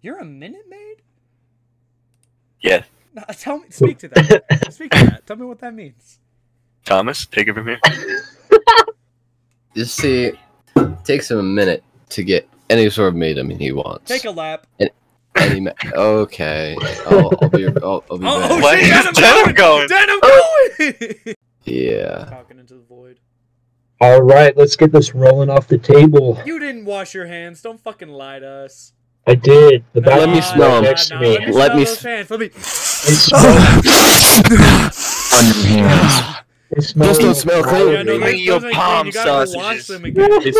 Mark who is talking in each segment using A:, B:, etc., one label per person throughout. A: You're a Minute Maid?
B: Yes.
A: No, tell me, speak to that. speak to that. Tell me what that means.
B: Thomas, take it from here.
C: Just see, it takes him a minute to get any sort of maiden he wants.
A: Take a lap.
C: Any ma- okay, I'll, I'll be. I'll, I'll be
A: Oh,
C: back.
A: oh
B: Why
A: shit! Denim
B: is Denim
A: going.
B: going?
A: Denim going.
C: Yeah.
A: Talking into the void.
D: All right, let's get this rolling off the table.
A: You didn't wash your hands. Don't fucking lie to us.
D: I did. The
A: Nah,
D: bathroom
C: me
D: is
C: smell
D: right
C: 'em.
A: nah,
D: next
A: nah,
D: to me.
A: Let me.
C: Let
A: smell
C: me
A: those
C: s-
A: hands. Let me.
D: It smells.
E: on your hands.
D: It smells.
C: Those don't smell clean.
A: Yeah, no,
B: Bring
A: those-
B: your
A: those ain't
B: palm
A: clean. You gotta go wash
B: sausages.
A: them again.
E: Those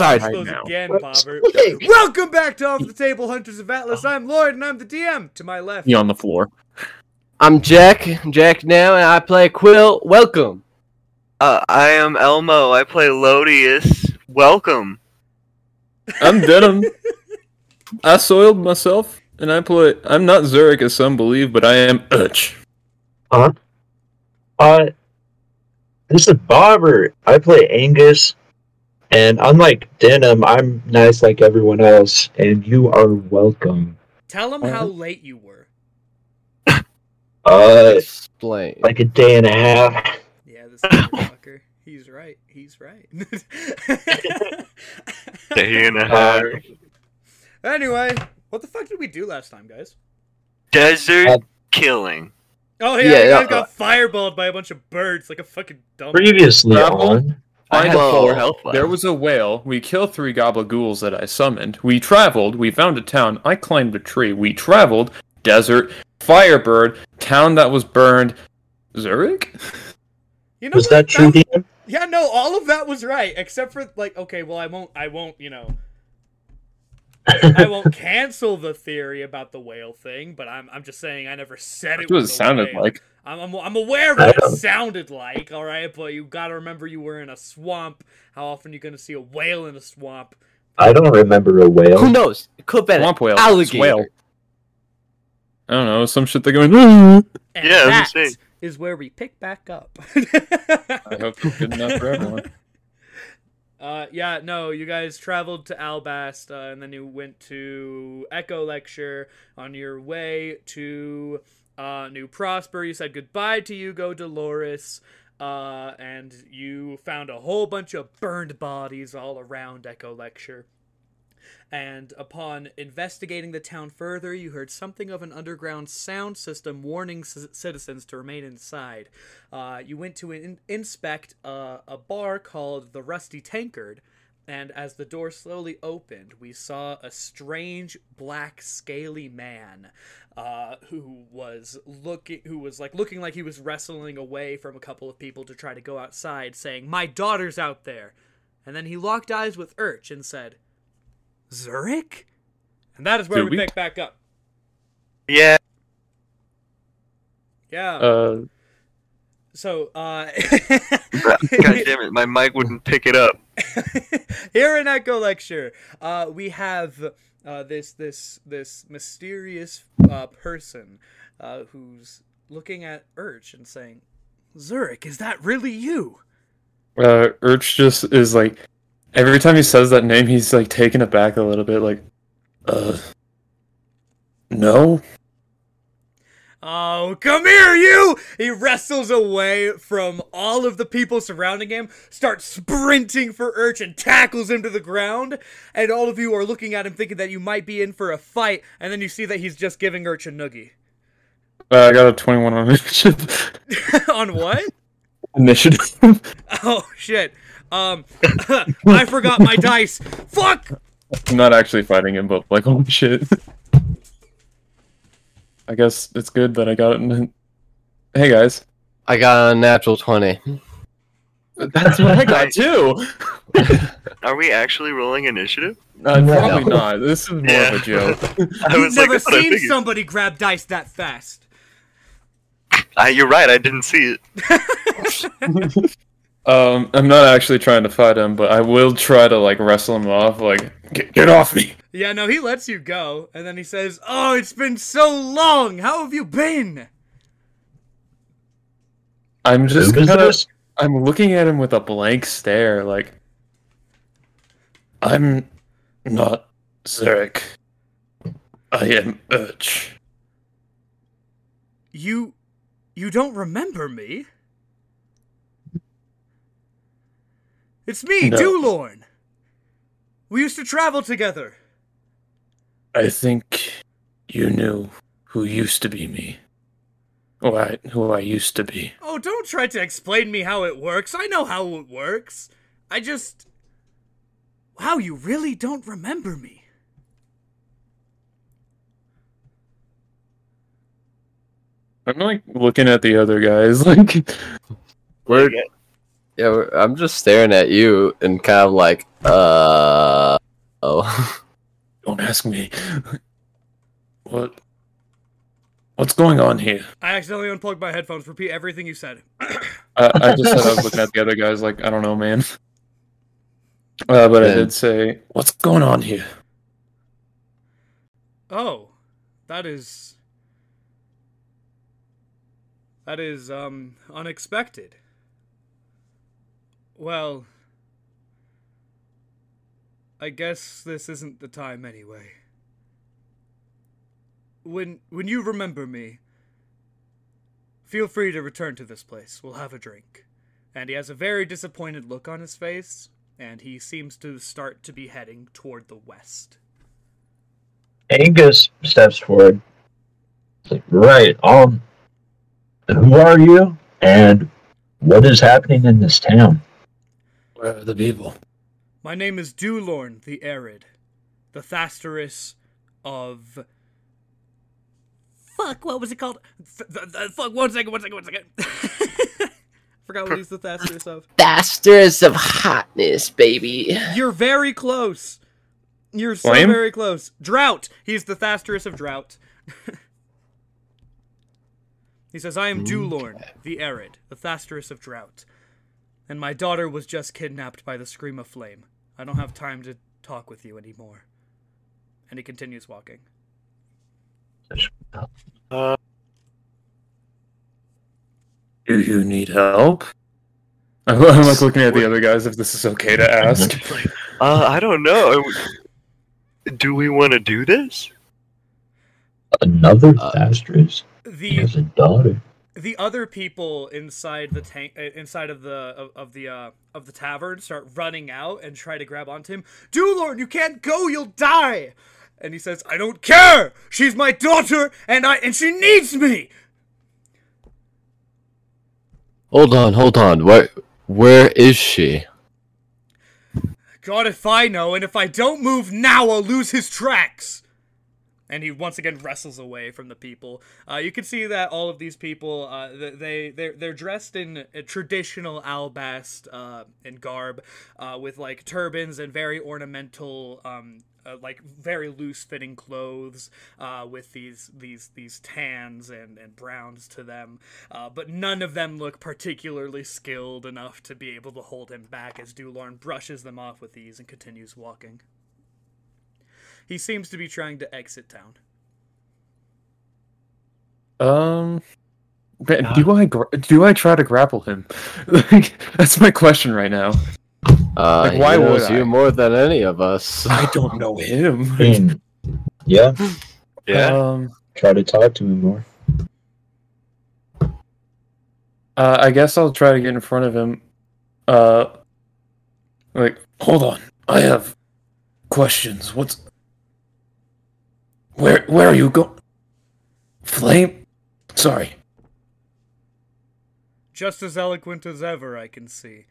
E: are
A: Wash
E: right
A: those
E: now.
A: again, Bobber.
D: Okay.
A: Welcome back to Off the Table, Hunters of Atlas. I'm Lloyd, and I'm the DM. To my left.
E: You on the floor.
C: I'm Jack. Jack now, and I play Quill. Welcome.
B: Uh, I am Elmo. I play Lodius. Welcome.
F: I'm Denim. I soiled myself, and I play. I'm not Zurich as some believe, but I am Urch.
D: Uh, this is Bobber. I play Angus, and unlike Denim, I'm nice like everyone else, and you are welcome.
A: Tell them how late you were.
D: Uh,
C: Explain.
D: like a day and a half.
A: Yeah, this motherfucker. He's right. He's right.
B: Day and a
D: Uh,
B: half.
A: anyway, what the fuck did we do last time, guys?
B: Desert
D: uh,
B: killing.
A: Oh yeah,
C: Yeah,
A: you guys
C: uh,
A: got fireballed by a bunch of birds like a fucking dumb.
D: Previously
F: Gravel?
D: on,
B: I had
C: Well,
B: four health left.
F: There was a whale. We killed three gobble ghouls that I summoned. We traveled. We found a town. I climbed a tree. We traveled. Desert. Firebird. Town that was burned. Zurich?
A: You know
D: was
A: what?
D: that true,
A: was-
D: Denim?
A: Yeah, no, all of that was right except for like, okay, well, I won't, I won't, you know, I won't cancel the theory about the whale thing, but I'm, I'm just saying, I never said it
F: That's what it
A: was. a
F: sounded
A: whale.
F: like.
A: I'm, I'm, I'm aware of what
D: I
A: it
D: don't-
A: sounded like, all right, but you gotta remember you were in a swamp. How often you gonna see a whale in a swamp?
D: I don't remember a
C: Who
D: whale.
C: knows? It could have been an
F: Swamp whale. It's
C: alligator.
F: whale. I don't know. Some shit they're going. "Mm."
A: And
B: Yeah, I was gonna
A: that
B: say.
A: is where we pick back up.
F: I hope it's good enough for everyone.
A: Uh, yeah, no, you guys traveled to Albast, uh, and then you went to Echo Lecture on your way to uh, New Prosper. You said goodbye to Hugo Dolores, uh, and you found a whole bunch of burned bodies all around Echo Lecture. And upon investigating the town further, you heard something of an underground sound system warning c- citizens to remain inside. Uh, you went to in- inspect uh, a bar called the Rusty Tankard, and as the door slowly opened, we saw a strange black scaly man uh, who was looking, who was like looking like he was wrestling away from a couple of people to try to go outside, saying, "My daughter's out there," and then he locked eyes with Urch and said, "Zurich," and that is where
F: Did
A: we,
F: we-
A: pick back up.
B: Yeah.
A: Yeah.
F: Uh,
A: so, uh,
B: God damn it, my mic wouldn't pick it up.
A: here in Echo Lecture, uh, we have uh, this this this mysterious uh, person uh, who's looking at Urch and saying, "Zurich, is that really you?"
F: Uh, Urch just is like, every time he says that name, he's like taken aback a little bit, like, uh, no.
A: Oh, come here, you! He wrestles away from all of the people surrounding him, starts sprinting for Urch and tackles him to the ground. And all of you are looking at him thinking that you might be in for a fight, and then you see that he's just giving Urch a noogie.
F: Uh, I got a 21 on initiative.
A: On what?
F: initiative.
A: Oh shit. Um I forgot my dice. Fuck.
F: I'm not actually fighting him, but like, holy shit. I guess it's good that I got it. In... Hey guys,
C: I got a natural twenty.
F: that's what I got too.
B: Are we actually rolling initiative?
F: Uh,
D: No.
F: Probably not. This is more
B: Yeah.
F: of a joke.
B: I
A: You've
B: was like,
A: never
B: "That's what I
A: seen
B: figured."
A: somebody grab dice that fast.
B: I, you're right, I didn't see it.
F: Um, I'm not actually trying to fight him, but I will try to like wrestle him off. Like, get, get off me.
A: Yeah, no, he lets you go, and then he says, "Oh, it's been so long. How have you been?"
F: I'm just
D: Who is
F: kind of
D: this?
F: I'm looking at him with a blank stare, like I'm not Zurich. I am Urch.
A: You you don't remember me? It's me,
F: No.
A: Dulorn. We used to travel together.
F: I think you knew who used to be me. Who I, who I used to be.
A: Oh, don't try to explain me how it works. I know how it works. I just Wow, you really don't remember me.
F: I'm like looking at the other guys, like
C: We're yeah, we're, I'm just staring at you and kind of like, uh, oh,
F: Don't ask me. What? What's going on here?
A: I accidentally unplugged my headphones. Repeat everything you said.
F: I, I just said I was looking at the other guys like, I don't know, man. Uh, but I
C: Yeah.
F: did say, what's going on here?
A: Oh, that is that is um unexpected. Well, I guess this isn't the time anyway. When when you remember me, feel free to return to this place. We'll have a drink. And he has a very disappointed look on his face, and he seems to start to be heading toward the west.
D: Angus steps forward. It's like, right, um, who are you? And what is happening in this town?
F: Where are the people?
A: My name is Dulorn the Arid, the Thasterus of. Fuck, what was it called? Th- th- th- fuck, one second, one second, one second. Forgot what he's the Thasterus of.
C: bastards of hotness, baby.
A: You're very close. You're so
F: Flame?
A: very close. Drought! He's the Thasterus of Drought. he says, I
C: Mm.
A: am Dulorn the Arid, the Thasterus of Drought. And my daughter was just kidnapped by the Scream of Flame. I don't have time to talk with you anymore. And he continues walking.
F: Do you need help? I'm I'm, like looking at the other guys if this is okay to ask.
B: Uh, I don't know. Do we want to do this?
D: Another
C: Uh,
D: disastrous
A: The
D: has a daughter.
A: the other people inside the tank uh, inside of the of, of the uh of the tavern start running out and try to grab onto him Dulorn, you can't go you'll die and he says i don't care she's my daughter and i and she needs me
C: Hold on, hold on. Where, where is she?
A: god if i know and if i don't move now i'll lose his tracks and he once again wrestles away from the people. Uh, you can see that all of these people, uh, th- they they're, they're dressed in a traditional albast uh, and garb, uh, with like turbans and very ornamental, um, uh, like very loose fitting clothes, uh, with these these these tans and, and browns to them. Uh, but none of them look particularly skilled enough to be able to hold him back as Dulorn brushes them off with ease and continues walking. He seems to be trying to exit town.
F: Um, but do I gra- do I try to grapple him? like, that's my question right now.
C: Uh,
F: Like,
C: he
F: why would
C: knows
F: I?
C: you more than any of us.
F: I don't know him.
D: Hmm. yeah,
F: Um,
D: try to talk to him more.
F: Uh, I guess I'll try to get in front of him. Uh, like, hold on, I have questions. What's where? Where are you going? Flame? Sorry.
A: just as eloquent as ever, I can see.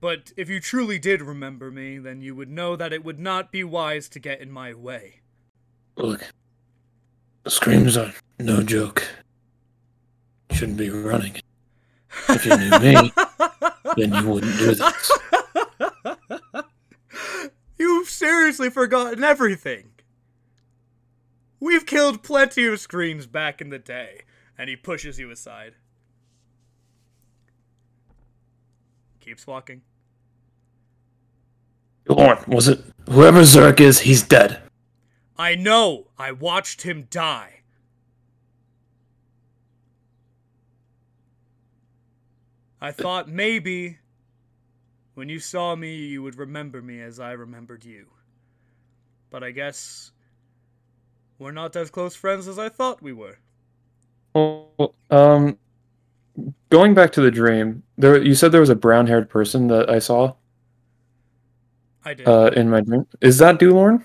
A: But if you truly did remember me, then you would know that it would not be wise to get in my way.
F: Look, screams are no joke. Shouldn't be running. If you knew me, then you wouldn't do this.
A: You've seriously forgotten everything. We've killed plenty of screams back in the day, and he pushes you aside. Keeps walking.
F: Lorne, was it whoever Zerk is? He's dead.
A: I know. I watched him die. I thought maybe when you saw me, you would remember me as I remembered you. But I guess We're not as close friends as I thought we were.
F: Well, um, going back to the dream, there you said there was a brown-haired person that I saw
A: I did.
F: uh, in my dream. Is that Dulorn?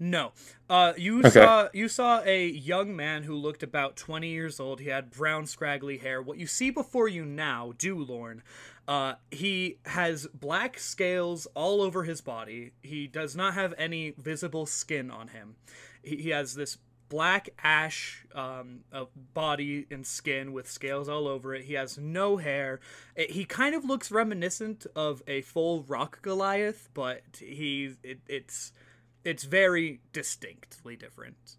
A: No. Uh, you
F: Okay.
A: saw you saw a young man who looked about twenty years old. He had brown, scraggly hair. What you see before you now, Dulorn, uh, he has black scales all over his body. He does not have any visible skin on him. He, he has this black ash um, of body and skin with scales all over it. He has no hair. It, he kind of looks reminiscent of a full rock Goliath, but he it, it's it's very distinctly different.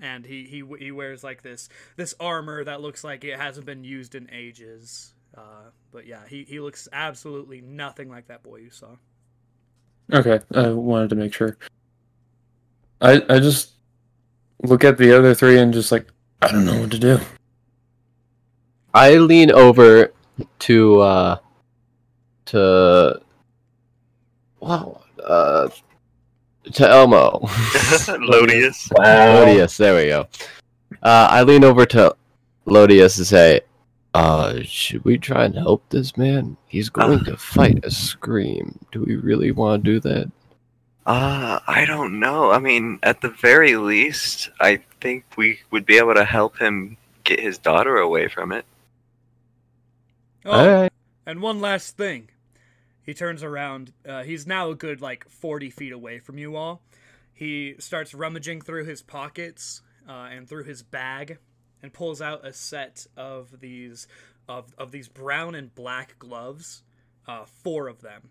A: And he, he he wears like this this armor that looks like it hasn't been used in ages. Uh, but yeah, he, he looks absolutely nothing like that boy you saw.
F: Okay, I wanted to make sure. I I just look at the other three and just like I don't know what to do.
C: I lean over to uh to wow uh to Elmo.
B: Lodius.
D: Wow.
C: Lodius, there we go. Uh, I lean over to Lodius to say, uh, should we try and help this man? He's going to fight a scream. Do we really want to do that?
B: Uh, I don't know. I mean, at the very least, I think we would be able to help him get his daughter away from it.
A: Oh,
C: Alright.
A: and one last thing. He turns around. Uh, he's now a good like forty feet away from you all. He starts rummaging through his pockets uh, and through his bag, and pulls out a set of these of of these brown and black gloves, uh, four of them.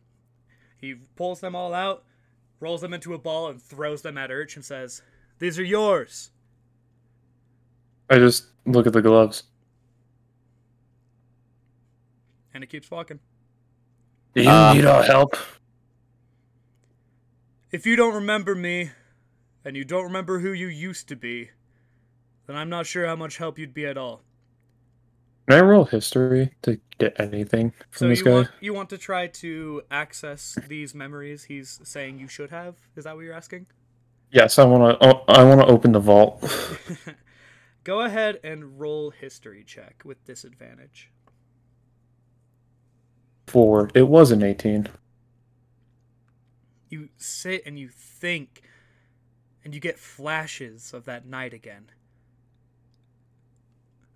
A: He pulls them all out, rolls them into a ball, and throws them at Urch and says, "These are yours."
F: I just look at the gloves.
A: And he keeps walking.
F: Do you
C: Uh,
F: need our help?
A: If you don't remember me, and you don't remember who you used to be, then I'm not sure how much help you'd be at all.
F: Can I roll history to get anything
A: So
F: from this
A: you
F: guy?
A: want, you want to try to access these memories he's saying you should have? Is that what you're asking?
F: Yes, I want to. I want to open the vault.
A: Go ahead and roll history check with disadvantage.
F: Four. It was an eighteen.
A: You sit and you think, and you get flashes of that night again.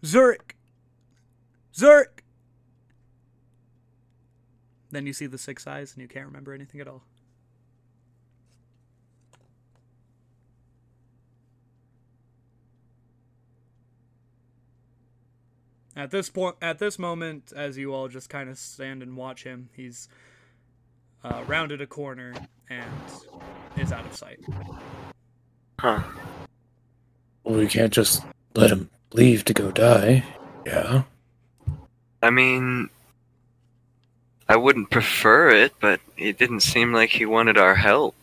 A: Zurich! Zurich! Then you see the six eyes and you can't remember anything at all. At this point, at this moment, as you all just kind of stand and watch him, he's uh, rounded a corner and is out of sight.
B: Huh.
F: We can't just let him leave to go die. Yeah.
B: I mean, I wouldn't prefer it, but it didn't seem like he wanted our help.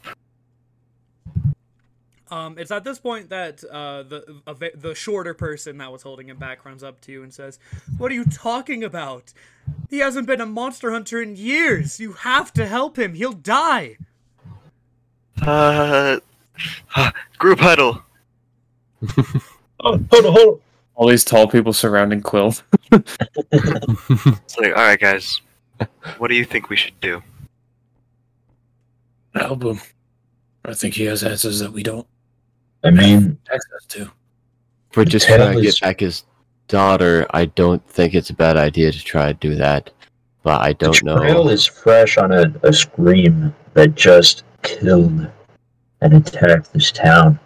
A: Um, it's at this point that uh, the a ve- the shorter person that was holding him back runs up to you and says, "What are you talking about? He hasn't been a monster hunter in years. You have to help him. He'll die."
B: Uh, group huddle.
D: Oh, hold on, hold on.
F: All these tall people surrounding Quill.
B: It's like, all right, guys, what do you think we should do?
F: Help him. I think he has answers that we don't
D: I mean,
F: access to.
C: If we're just
D: Tell
C: trying to
D: us-
C: get back his daughter, I don't think it's a bad idea to try and do that. But I
D: the
C: don't
D: trail
C: know.
D: is fresh on a, a scream that just killed and attacked this town.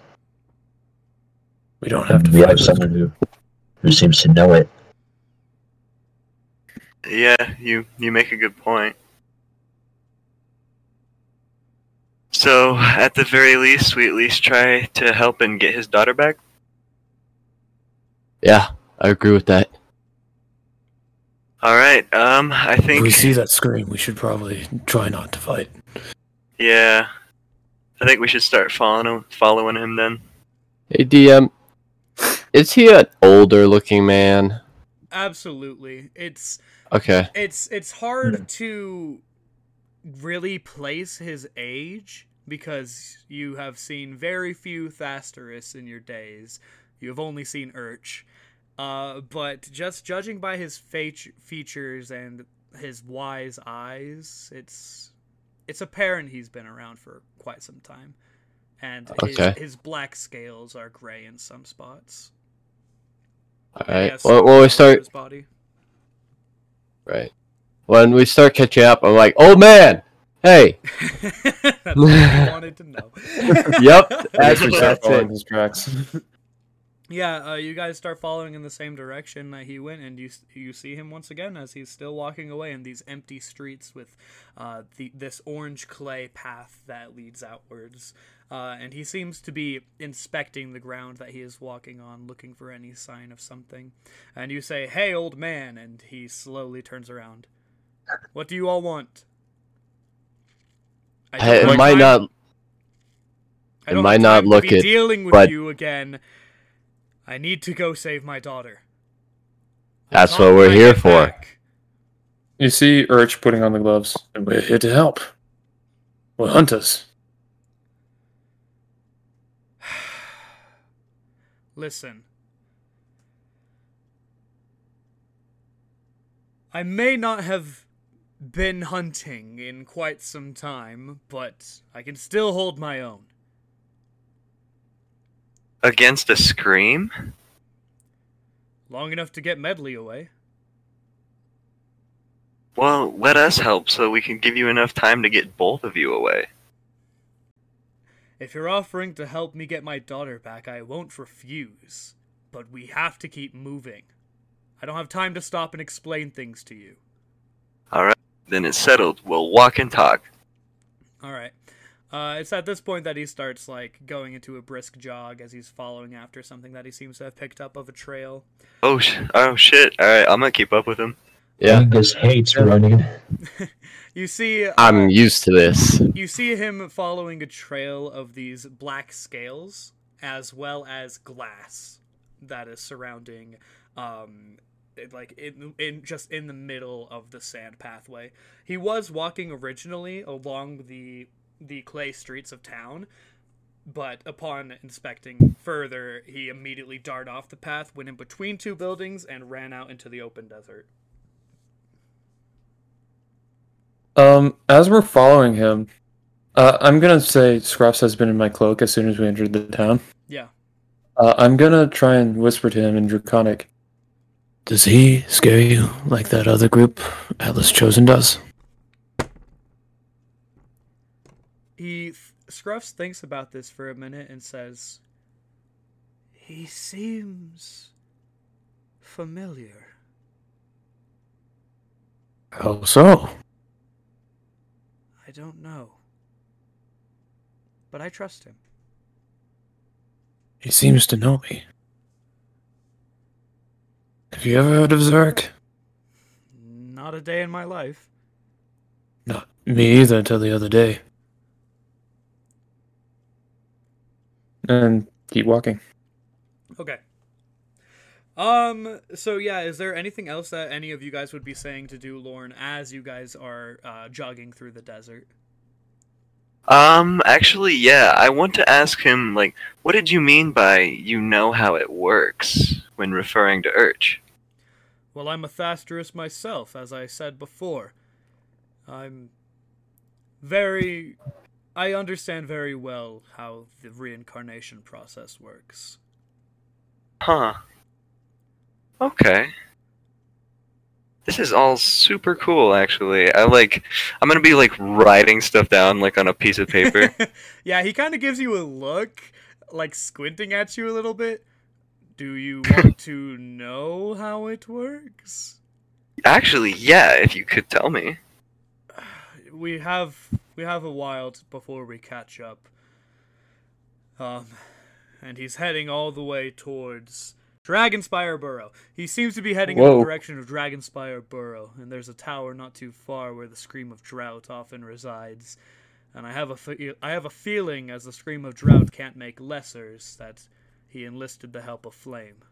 F: We don't have
D: And
F: to
D: we
F: fight
D: have
F: with-
D: someone who, who seems to know it.
B: Yeah, you you make a good point. So, at the very least, we at least try to help and get his daughter back.
C: Yeah, I agree with that.
B: All right. Um, I
E: If we
B: think.
E: see that scream, we should probably try not to fight.
B: Yeah, I think we should start following him, following him then.
C: Hey DM, is he an older looking man?
A: Absolutely, it's
C: Okay.
A: it's it's hard to really place his age because you have seen very few Thasterus in your days. You have only seen Urch. Uh, but just judging by his fe- features and his wise eyes, it's it's apparent he's been around for quite some time. And his,
C: Okay.
A: his black scales are gray in some spots.
C: All
A: And he
C: right.
A: has
C: Well, when we
A: scars all over
C: start,
A: his body.
C: right. When we start catching up, I'm like, "Oh man, hey,
A: That's what I wanted to know.
C: yep, that's
F: That's
C: what
F: start
C: that's
F: following
C: it.
F: his tracks.
A: Yeah, uh, you guys start following in the same direction that he went, and you s- you see him once again as he's still walking away in these empty streets with uh, the this orange clay path that leads outwards, uh, and he seems to be inspecting the ground that he is walking on, looking for any sign of something. And you say, "Hey, old man," and he slowly turns around. What do you all want? I
C: Hey,
A: don't
C: it
A: have
C: might
A: time-
C: not
A: I
C: It
A: don't
C: might
A: have
C: not
A: time to
C: look
A: be
C: it,
A: dealing with
C: but-
A: you again. I need to go save my daughter.
C: That's
A: Not
C: what we're
A: when I
C: here
A: get
C: for.
A: back.
F: You see Urch putting on the gloves.
E: And we're here to help. We're hunters.
A: Listen. I may not have been hunting in quite some time, but I can still hold my own.
B: Against a scream?
A: Long enough to get Medley away.
B: Well, let us help so we can give you enough time to get both of you away.
A: If you're offering to help me get my daughter back, I won't refuse. But we have to keep moving. I don't have time to stop and explain things to you.
B: Alright, then it's settled. We'll walk and talk.
A: All right. Uh, it's at this point that he starts like going into a brisk jog as he's following after something that he seems to have picked up of a trail.
B: Oh, sh- oh shit. Alright, I'm gonna keep up with him.
C: Yeah,
D: Angus hates running.
A: You see, uh,
C: I'm used to this.
A: you see him following a trail of these black scales as well as glass that is surrounding, um, it- like in in just in the middle of the sand pathway. He was walking originally along the the clay streets of town, but upon inspecting further, he immediately darted off the path, went in between two buildings, and ran out into the open desert.
F: Um, as we're following him, uh, I'm gonna say Scruffs has been in my cloak as soon as we entered the town.
A: Yeah.
F: Uh, I'm gonna try and whisper to him in Draconic.
E: Does he scare you like that other group Atlas Chosen does?
A: He th- Scruffs thinks about this for a minute and says, "He seems familiar.
E: How so?
A: I don't know, but I trust him.
E: He seems to know me. Have you ever heard of Zerk?
A: Not a day in my life.
E: Not me either until the other day.
F: and keep walking.
A: Okay. Um. So yeah, is there anything else that any of you guys would be saying to do, Lorne, as you guys are uh, jogging through the desert?
B: Um, actually, yeah, I want to ask him, like, what did you mean by you know how it works when referring to Urch?
A: Well, I'm a Thasterus myself, as I said before. I'm very. I understand very well how the reincarnation process works.
B: Huh. Okay. This is all super cool, actually. I like. I'm gonna be like writing stuff down, like on a piece of paper.
A: yeah, he kind of gives you a look, like squinting at you a little bit. Do you want to know how it works?
B: actually, yeah. If you could tell me.
A: we have we have a while t- before we catch up. Um, and he's heading all the way towards Dragonspire Burrow. He seems to be heading in the
F: Whoa.
A: direction of Dragonspire Burrow, and there's a tower not too far where the scream of drought often resides. And I have a fe- I have a feeling, as the scream of drought can't make lessers, that he enlisted the help of Flame.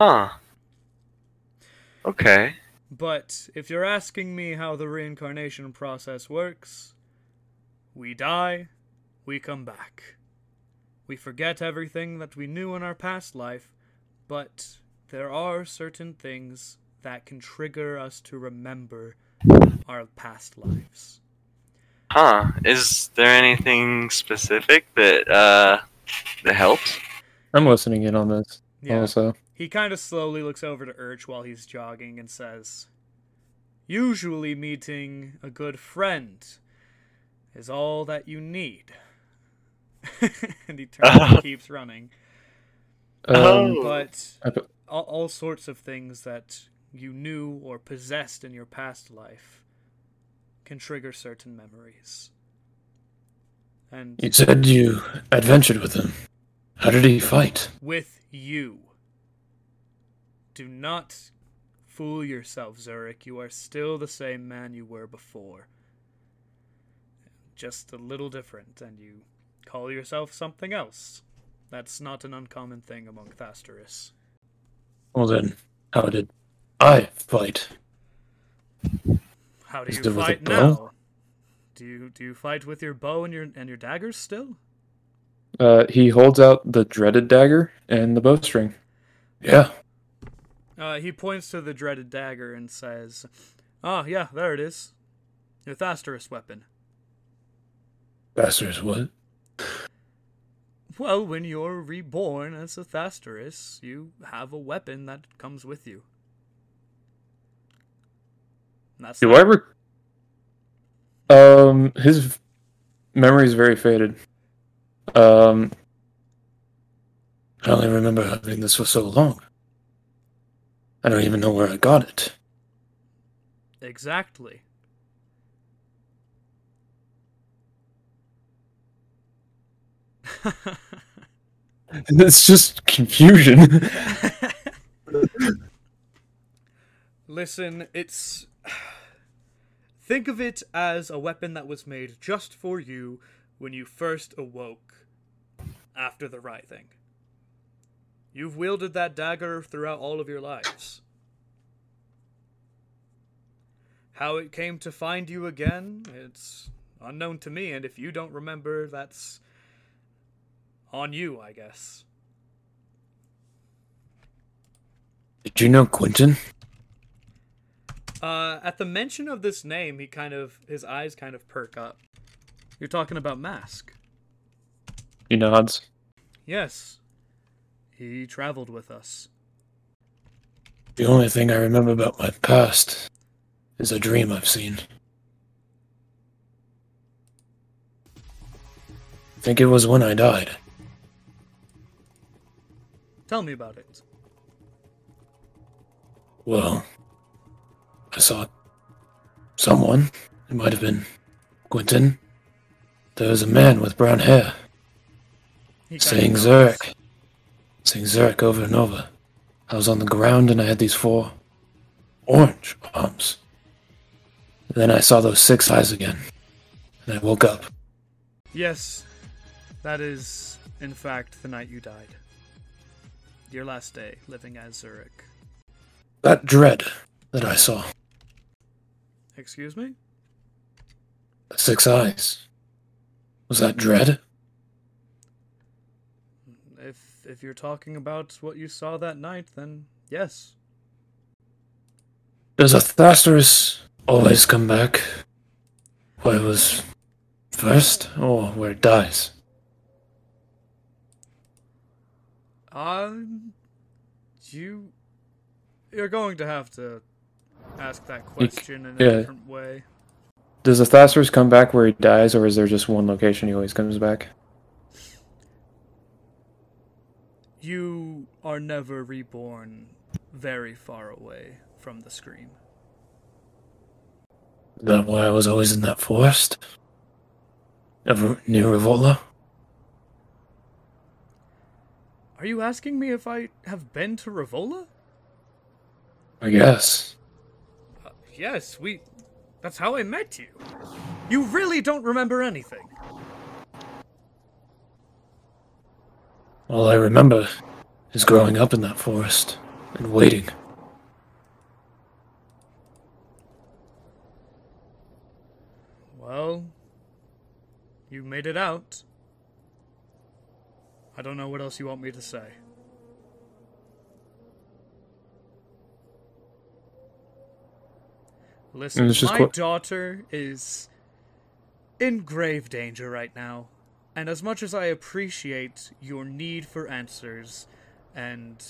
B: Huh. Okay.
A: But if you're asking me how the reincarnation process works, We die, we come back. We forget everything that we knew in our past life, but there are certain things that can trigger us to remember our past lives.
B: Huh. Is there anything specific that uh that helps?
F: I'm listening in on this
A: Yeah.
F: also.
A: He kind of slowly looks over to Urch while he's jogging and says, Usually, meeting a good friend is all that you need. and he turns and keeps running.
F: Um,
B: Oh.
A: But
F: I put-
A: all, all sorts of things that you knew or possessed in your past life can trigger certain memories. And
E: You said you adventured with him. How did he fight?
A: with you. Do not fool yourself, Zurich. You are still the same man you were before. Just a little different, and you call yourself something else. That's not an uncommon thing among Thasterus.
E: Well then, how did I fight?
A: How do
E: Is
A: you
E: there with a
A: fight
E: bow?
A: now? Do you do you fight with your bow and your and your daggers still?
F: uh, he holds out the dreaded dagger and the bowstring.
E: Yeah,
A: Uh, he points to the dreaded dagger and says, "Ah, yeah, there it is, your Thasterus weapon.
E: bastards. What?
A: Well, when you're reborn as a Thasterus, you have a weapon that comes with you. And That's
F: Do I re- Um, his v- memory is very faded. Um,
E: I only remember having this for so long. I don't even know where I got it.
A: exactly.
F: it's just confusion.
A: Listen, it's. Think of it as a weapon that was made just for you when you first awoke after the writhing. You've wielded that dagger throughout all of your lives. How it came to find you again, it's unknown to me, and if you don't remember, that's on you, I guess.
E: Did you know Quentin?
A: Uh, at the mention of this name, he kind of his eyes kind of perk up. You're talking about Mask.
F: he nods.
A: Yes. He traveled with us.
E: The only thing I remember about my past is a dream I've seen. I think it was when I died.
A: Tell me about it.
E: Well, I saw someone. It might have been Quentin. There was a man with brown hair
A: He kinda
E: saying
A: nods.
E: Zurich. Saying Zurich over and over. I was on the ground and I had these four orange arms. And then I saw those six eyes again. And I woke up.
A: Yes. That is, in fact, the night you died. Your last day living as Zurich.
E: That dread that I saw.
A: Excuse me?
E: The six eyes. Was that dread?
A: If if you're talking about what you saw that night, then yes.
E: Does a Thasterus always come back where it was first or where it dies?
A: Um you you're going to have to ask that
F: c-
A: question in a
F: yeah.
A: different way.
F: Does the Thasterus come back where he dies, or is there just one location he always comes back?
A: You are never reborn very far away from the scream.
E: Is that why I was always in that forest? Ever near Revola?
A: Are you asking me if I have been to Rivola?
E: I guess.
A: Uh, yes, we. That's how I met you. You really don't remember anything.
E: All I remember is growing up in that forest and waiting.
A: Well, You made it out. I don't know what else you want me to say. Listen,
F: was just
A: my
F: quite-
A: daughter is in grave danger right now. And as much as I appreciate your need for answers and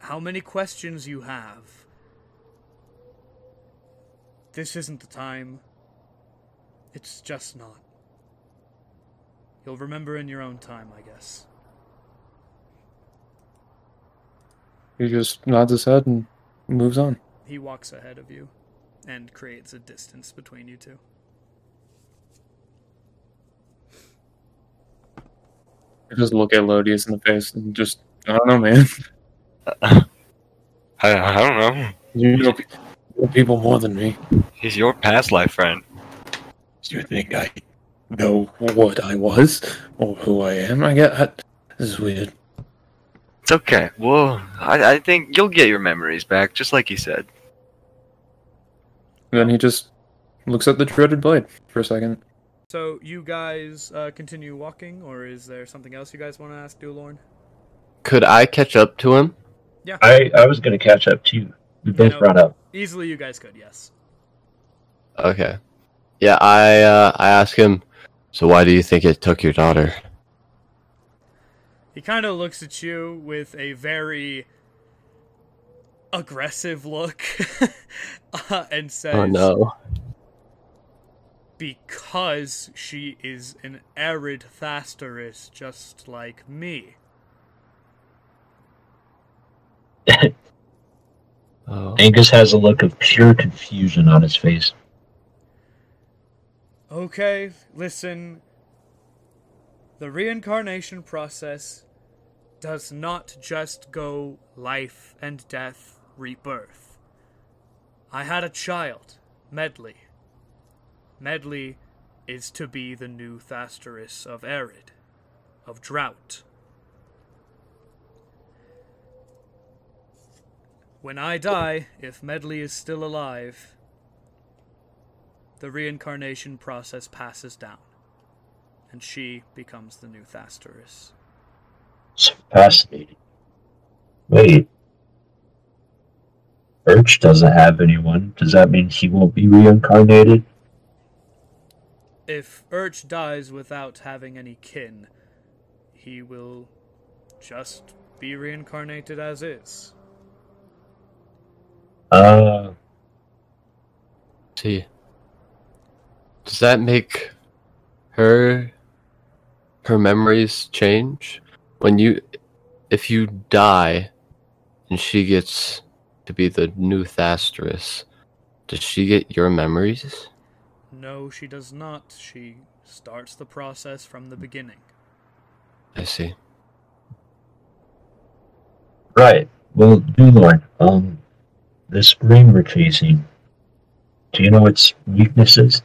A: how many questions you have, this isn't the time. It's just not. You'll remember in your own time, I guess.
F: He just nods his head and moves on.
A: He walks ahead of you and creates a distance between you two.
F: I just look at Lodius in the face and just, I don't know, man.
B: I, I don't know.
F: You know pe- people more than me.
B: He's your past life friend.
F: Do you think I know what I was or who I am? I get I, this is weird.
B: It's okay. Well, I, I think you'll get your memories back, just like you said.
F: Then he just looks at the dreaded blade for a second.
A: So, you guys uh, continue walking, or is there something else you guys want to ask Dulorn?
C: Could I catch up to him?
D: I I was gonna catch up to you. We both
A: No.
D: brought up.
A: Easily, you guys could, yes.
C: Okay. Yeah, I uh, I ask him. So why do you think it took your daughter?
A: He kind of looks at you with a very aggressive look uh, and says,
C: Oh no.
A: Because she is an arid Thasterus just like me.
C: Oh.
D: Angus has a look of pure confusion on his face.
A: Okay, listen. The reincarnation process does not just go life and death, rebirth. I had a child, Medley. Medley is to be the new Thasterus of Arid, of Drought. When I die, if Medley is still alive, the reincarnation process passes down, and she becomes the new Thasterus.
D: It's fascinating. Wait. Urch doesn't have anyone. Does that mean he won't be reincarnated?
A: If Urch dies without having any kin, he will just be reincarnated as is.
D: Uh,
C: See. Does that make her her memories change when you if you die and she gets to be the new Thasterus? Does she get your memories?
A: No, she does not. She starts the process from the beginning.
C: I see.
D: right. Well, new lord, um, this ring we're chasing, do you know its weaknesses?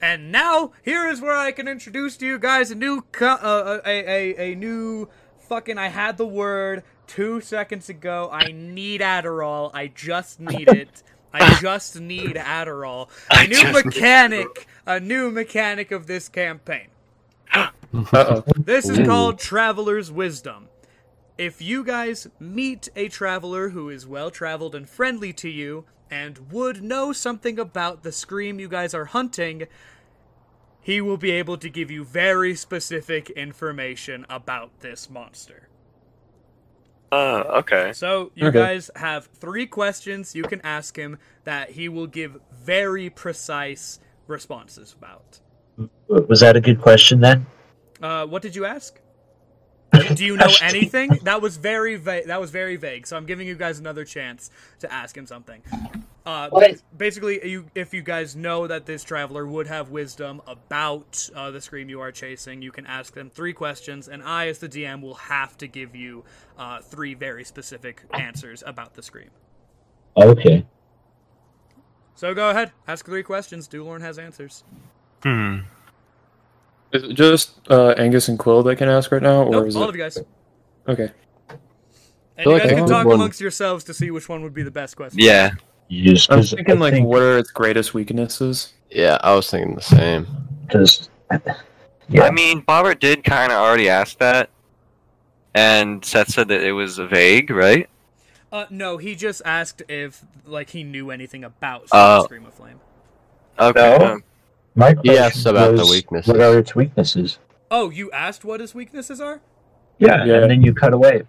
A: And now here is where I can introduce to you guys a new co- uh, a, a a new fucking I had the word 2 seconds ago. I need Adderall. I just need it. I just need Adderall.
B: I
A: A new
B: just need
A: mechanic, a new mechanic of this campaign.
F: Uh oh.
A: This is
C: Ooh.
A: called Traveler's Wisdom. If you guys meet a traveler who is well traveled and friendly to you and would know something about the scream you guys are hunting, he will be able to give you very specific information about this monster.
B: Uh, okay.
A: So, you
F: Okay.
A: guys have three questions you can ask him that he will give very precise responses about.
D: W- Was that a good question then?
A: Uh, what did you ask? Do you know anything? That was very va- that was very vague. So I'm giving you guys another chance to ask him something. Uh,
D: What?
A: bas- basically, you if you guys know that this traveler would have wisdom about uh, the scream you are chasing, you can ask them three questions, and I, as the DM, will have to give you uh, three very specific answers about the scream.
D: Okay.
A: So go ahead, ask three questions. Dulorn has answers.
B: Hmm.
F: Is it just uh, Angus and Quill that can ask right now? Or
A: Nope,
F: is
A: all
F: it...
A: of you guys,
F: Okay.
A: and
C: feel
A: you
C: like
A: guys
C: I
A: can
C: could
A: talk
C: one-
A: amongst yourselves to see which one would be the best question.
B: Yeah.
D: Yes,
F: I'm
D: 'cause I
F: thinking, like,
D: think-
F: what are its greatest weaknesses?
C: Yeah, I was thinking the same.
D: because Yeah.
B: I mean, Bobbert did kind of already ask that, and Seth said that it was vague, right?
A: Uh, no, he just asked if like he knew anything about
B: Oh.
A: Scream of Flame.
B: Okay.
D: No.
B: um,
D: My
C: Yes,
D: question
C: about the
D: was,
C: weaknesses.
D: What are its weaknesses?
A: Oh, you asked what his weaknesses are?
D: Yeah,
F: Yeah.
D: and then you cut away.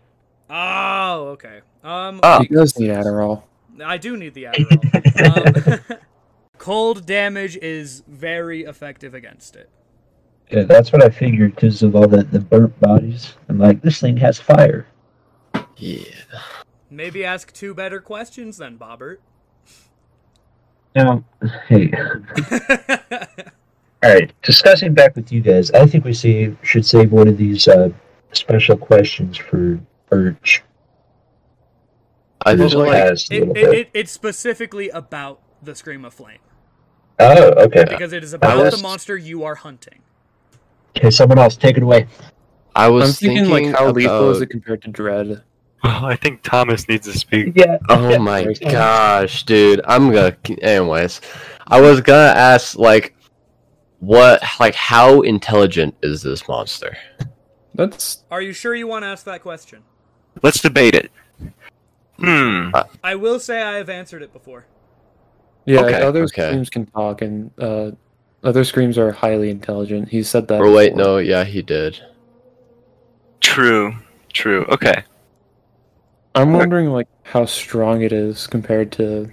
A: Oh, okay. Um,
B: Oh.
F: He does need Adderall.
A: I do need the Adderall. um, cold damage is very effective against it.
D: Yeah, that's what I figured because of all the, the burnt bodies. I'm like, this thing has fire.
C: Yeah.
A: Maybe ask two better questions than Bobbert.
D: Now, hey, all right, discussing back with you guys, I think we save, should save one of these uh, special questions for Urge.
C: I just
D: We'll
C: like
D: ask a
A: it,
D: little
A: it,
D: bit.
A: it, it's specifically about the Scream of Flame
D: Oh, okay.
A: because it is about the
C: that's-
A: monster you are hunting.
D: Okay, someone else, take it away.
C: I was
F: I'm thinking, like how
C: about,
F: lethal is it compared to Dread?
B: Oh, I think Thomas needs to speak.
D: Yeah.
C: Oh my gosh, dude. I'm gonna anyways. I was gonna ask like what like how intelligent is this monster?
F: That's
A: Are you sure you want to ask that question?
B: Let's debate it. Hmm.
A: I will say I have answered it before.
F: yeah.
C: Okay,
F: other
C: okay.
F: screams can talk, and uh, other screams are highly intelligent. He said that.
C: Or Oh, wait,
F: before.
C: no, yeah, he did.
B: True. True. Okay.
F: I'm wondering like how strong it is compared to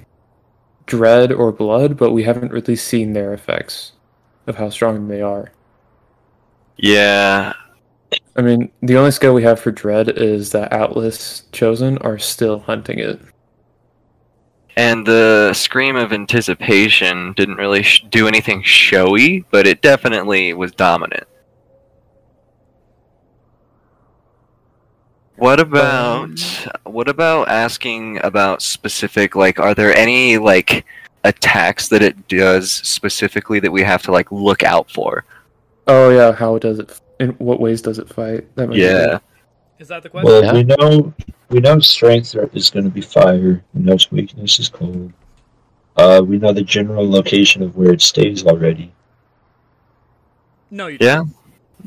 F: Dread or Blood, but we haven't really seen their effects of how strong they are.
B: Yeah.
F: I mean, the only skill we have for Dread is that Atlas Chosen are still hunting it.
B: And the scream of anticipation didn't really sh- do anything showy, but it definitely was dominant. What about what about asking about specific like are there any like attacks that it does specifically that we have to like look out for?
F: Oh yeah, how does it? In what ways does it fight? That might be good.
A: Is that the question?
D: Well,
C: Yeah.
D: we know we know strength is going to be fire. We know its weakness is cold. Uh, we know the general location of where it stays already.
A: no, you
B: Yeah.
A: don't.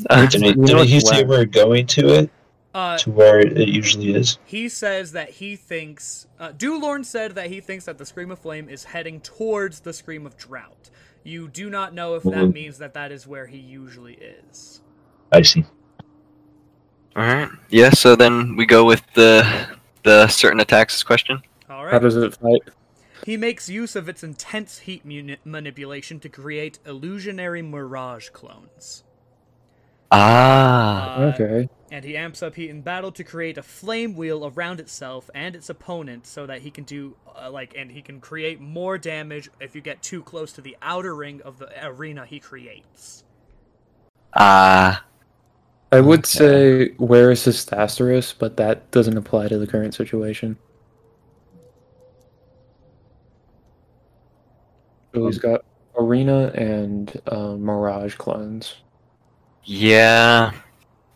B: Uh,
D: Did, it, did
F: really
D: he say
F: flat.
D: we're going to it
A: Uh,
D: to where it usually is?
A: he says that he thinks. Uh, Dulorn said that he thinks that the Scream of Flame is heading towards the Scream of Drought. You do not know if that
F: Mm-hmm.
D: Mhm.
A: means that that is where he usually is.
D: I see.
B: all right. Yeah, so then we go with the the certain attacks question.
A: All
F: How
A: right.
F: does it fight?
A: He makes use of its intense heat muni- manipulation to create illusionary mirage clones.
B: Ah.
A: Uh,
F: okay.
A: And he amps up heat in battle to create a flame wheel around itself and its opponent so that he can do, uh, like, and he can create more damage if you get too close to the outer ring of the arena he creates.
C: Uh,
B: Ah.
F: I would
C: Okay.
F: say where is his Asteris, but that doesn't apply to the current situation. So he's got Arena and uh, Mirage clones.
B: Yeah.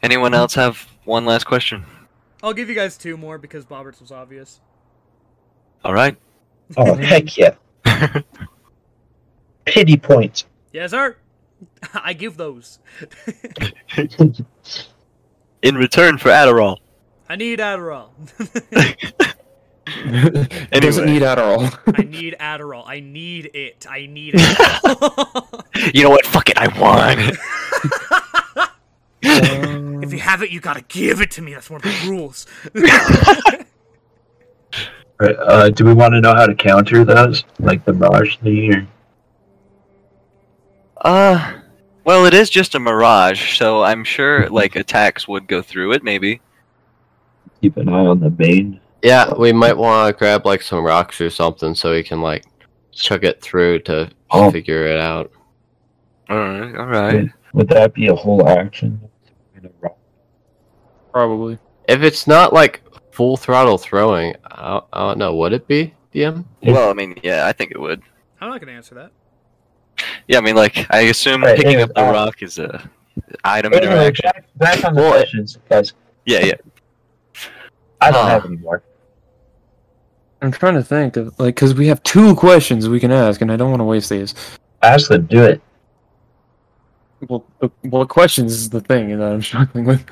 B: Anyone else have one last question?
A: I'll give you guys two more because Bobberts was obvious.
B: All right.
D: Oh heck yeah! Pity points.
A: Yes, sir. I give those.
B: In return for Adderall.
A: I need Adderall.
F: it doesn't
B: Anyway.
F: need Adderall.
A: I need Adderall. I need it. I need it.
B: You know what? Fuck it. I won.
A: If you have it, you gotta give it to me. That's one of the rules.
D: Uh, do we want to know how to counter those, like the mirage thing? Or...
B: uh, well, it is just a mirage, so I'm sure like attacks would go through it. Maybe.
D: Keep an eye on the main.
C: Yeah, we might wanna grab like some rocks or something so we can like chuck it through to
D: Oh.
C: figure it out.
B: All right. All right.
D: Would that be a whole action?
F: Probably.
C: If it's not like full throttle throwing, I don't, I don't know, would it be, DM?
B: Well, I mean, yeah, I think it would.
A: I'm not gonna answer that.
B: Yeah, I mean, like, I assume
D: All right,
B: picking
D: hang
B: up the
D: on, uh,
B: rock is a item
D: Wait a minute,
B: interaction.
D: back, back on the
C: Well, it-
D: questions, guys.
B: Yeah, yeah.
D: I don't
B: Huh.
D: have any more.
F: I'm trying to think of like because we have two questions we can ask, and I don't want to waste these.
D: Ask them. Do it.
F: Well, uh, well, questions is the thing that I'm struggling with.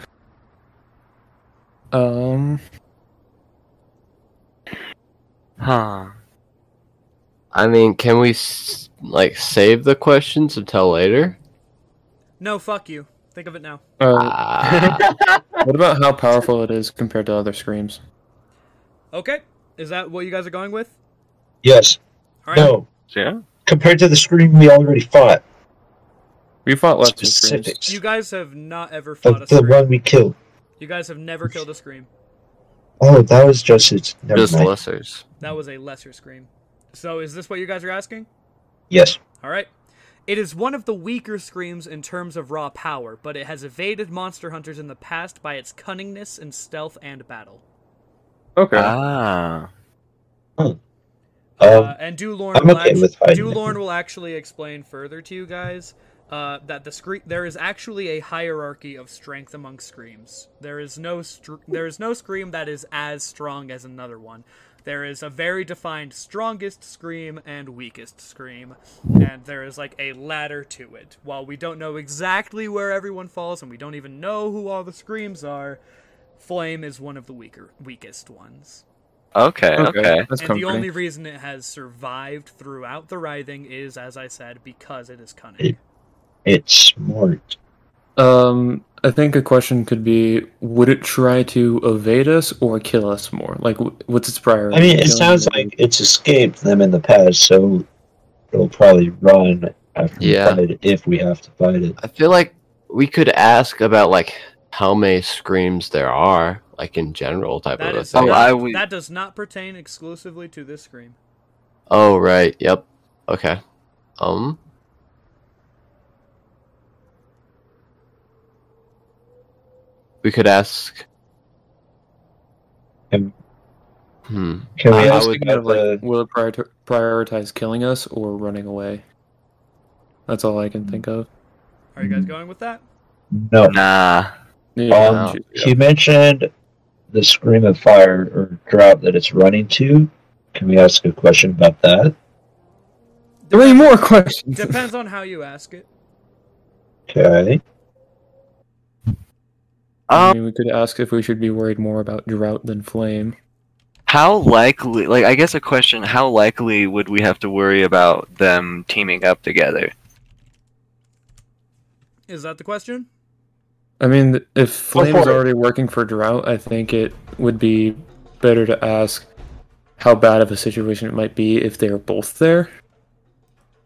F: Um,
B: Huh.
C: I mean, can we s- like save the questions until later?
A: No, fuck you. Think of it now.
F: uh,
C: Ah,
F: what about how powerful it is compared to other screams?
A: Okay, is that what you guys are going with?
D: Yes.
A: All right.
D: No.
B: Yeah.
D: Compared to the scream we already fought,
F: We fought less than screams.
D: specifics
A: You guys have not ever fought a
D: of the
A: scream.
D: one we killed.
A: You guys have never killed a scream.
D: Oh, that was just it. Never
C: just
D: mind.
C: lessers.
A: That was a lesser scream. So is this what you guys are asking?
D: Yes.
A: All right. It is one of the weaker screams in terms of raw power, but it has evaded monster hunters in the past by its cunningness in stealth and battle.
F: Okay.
B: Ah.
A: Uh,
D: Um,
A: and Dulorn
D: I'm
A: will,
D: okay
A: act-
D: with hiding it.
A: Dulorn will actually explain further to you guys uh, that the scre- there is actually a hierarchy of strength among screams. There is no str- there is no scream that is as strong as another one. There is a very defined strongest scream and weakest scream, and there is like a ladder to it. While we don't know exactly where everyone falls, and we don't even know who all the screams are, Flame is one of the weaker weakest ones.
B: Okay. Okay.
F: That's
A: And the
F: comforting.
A: only reason it has survived throughout the writhing is, as I said, because it is cunning.
D: It- it's smart.
F: Um, I think a question could be: Would it try to evade us or kill us more? Like, wh- what's its priority?
D: I mean, it
F: Killing
D: sounds
F: or-
D: like it's escaped them in the past, so it'll probably run after
C: Yeah.
D: we fight it if we have to fight it.
C: I feel like we could ask about like how many screams there are, like in general type
A: That
C: of a
A: is
C: thing.
A: not,
B: Oh, I would-
A: that does not pertain exclusively to this scream.
C: Oh right, yep. Okay. Um We could ask
D: Um,
C: Hmm.
D: Can we
C: I- I
D: ask
C: would
F: Kind
D: about
F: of like,
D: the
F: will it prior- prioritize killing us or running away? That's all I can think of.
A: Are you guys going with that?
D: no?
B: Nah.
F: Yeah,
D: Um,
F: shoot, yeah.
D: He mentioned the scream of fire or drop that it's running to. Can we ask a question about that?
F: Three more questions.
A: Depends on how you ask it.
D: Okay.
F: I
B: Um.
F: mean, we could ask if we should be worried more about drought than flame.
B: How likely? Like, I guess a question: How likely would we have to worry about them teaming up together?
A: Is that the question?
F: I mean, if flame's
D: for it.
F: already working for drought, I think it would be better to ask how bad of a situation it might be if they're both there,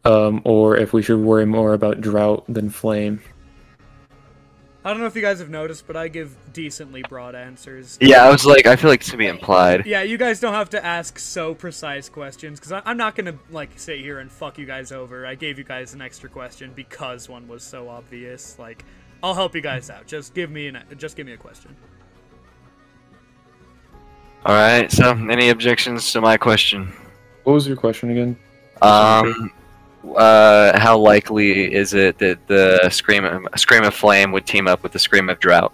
F: um, or if we should worry more about drought than flame.
A: I don't know if you guys have noticed, but I give decently broad answers.
B: Yeah, I was like, I feel like it's to be implied.
A: Yeah, you guys don't have to ask so precise questions because I'm not gonna like sit here and fuck you guys over. I gave you guys an extra question because one was so obvious. Like, I'll help you guys out. Just give me an just give me a question.
B: All right. So, any objections to my question?
F: What was your question again?
B: Um, uh, how likely is it that the scream of, scream of flame would team up with the scream of drought?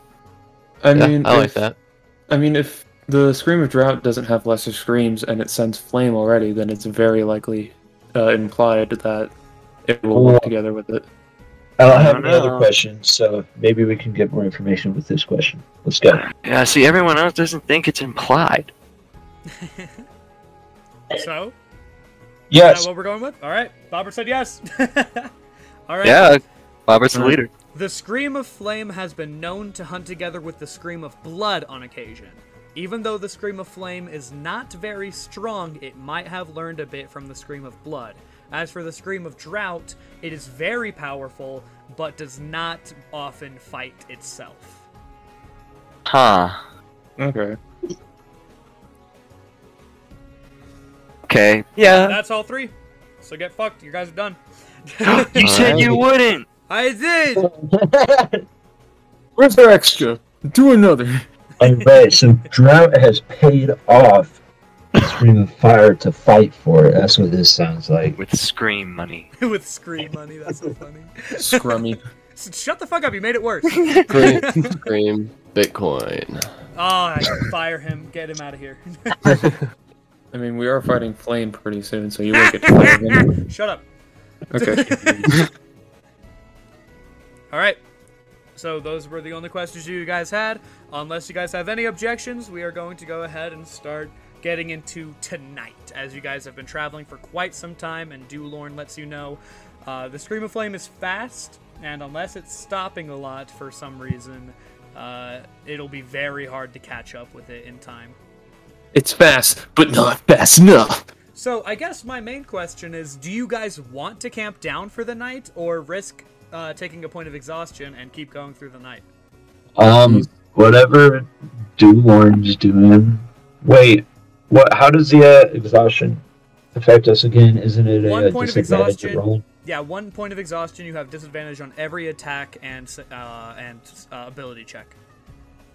F: I
C: yeah,
F: mean,
C: I like
F: if-
C: that.
F: I mean, if the Scream of Drought doesn't have lesser screams and it sends flame already, then it's very likely uh, implied that it will work together with it.
D: I don't
B: I
D: have
B: don't
D: any other
B: know.
D: questions, so maybe we can get more information with this question. Let's go.
B: Yeah. See, everyone else doesn't think it's implied.
A: So, is that
D: Yes.
A: what we're going with? All right, Bobber said yes. All right.
B: Yeah. Robert's the leader.
A: The scream of flame has been known to hunt together with the scream of blood on occasion. Even though the scream of flame is not very strong, it might have learned a bit from the scream of blood. As for the scream of drought, it is very powerful, but does not often fight itself.
B: Huh.
F: Okay.
B: Okay. Yeah.
A: That's all three. So get fucked. You guys are done.
B: you said
C: Alright.
B: you wouldn't.
A: I did.
F: Where's our extra? Do another.
D: All right, so drought has paid off the scream of fire to fight for it. That's what this sounds like.
B: With scream money.
A: With scream money, that's so funny.
F: Scrummy.
A: Shut the fuck up. You made it worse.
C: Scream, scream Bitcoin.
A: Ah, fire him. Get him out of here.
F: I mean, we are fighting flame pretty soon, so you will get to fight again.
A: Shut up.
F: Okay.
A: All right. So those were the only questions you guys had. Unless you guys have any objections, we are going to go ahead and start getting into tonight. As you guys have been traveling for quite some time, and Dewlorn lets you know uh, the Scream of Flame is fast, and unless it's stopping a lot for some reason, uh, it'll be very hard to catch up with it in time.
F: It's fast, but not fast enough.
A: So I guess my main question is: Do you guys want to camp down for the night, or risk uh, taking a point of exhaustion and keep going through the night?
D: Um, whatever Dewlorn's doing. Wait, what? How does the uh, exhaustion affect us again? Isn't it a
A: One point of
D: disadvantage
A: exhaustion.
D: roll?
A: Yeah, one point of exhaustion. You have disadvantage on every attack and uh, and uh, ability check.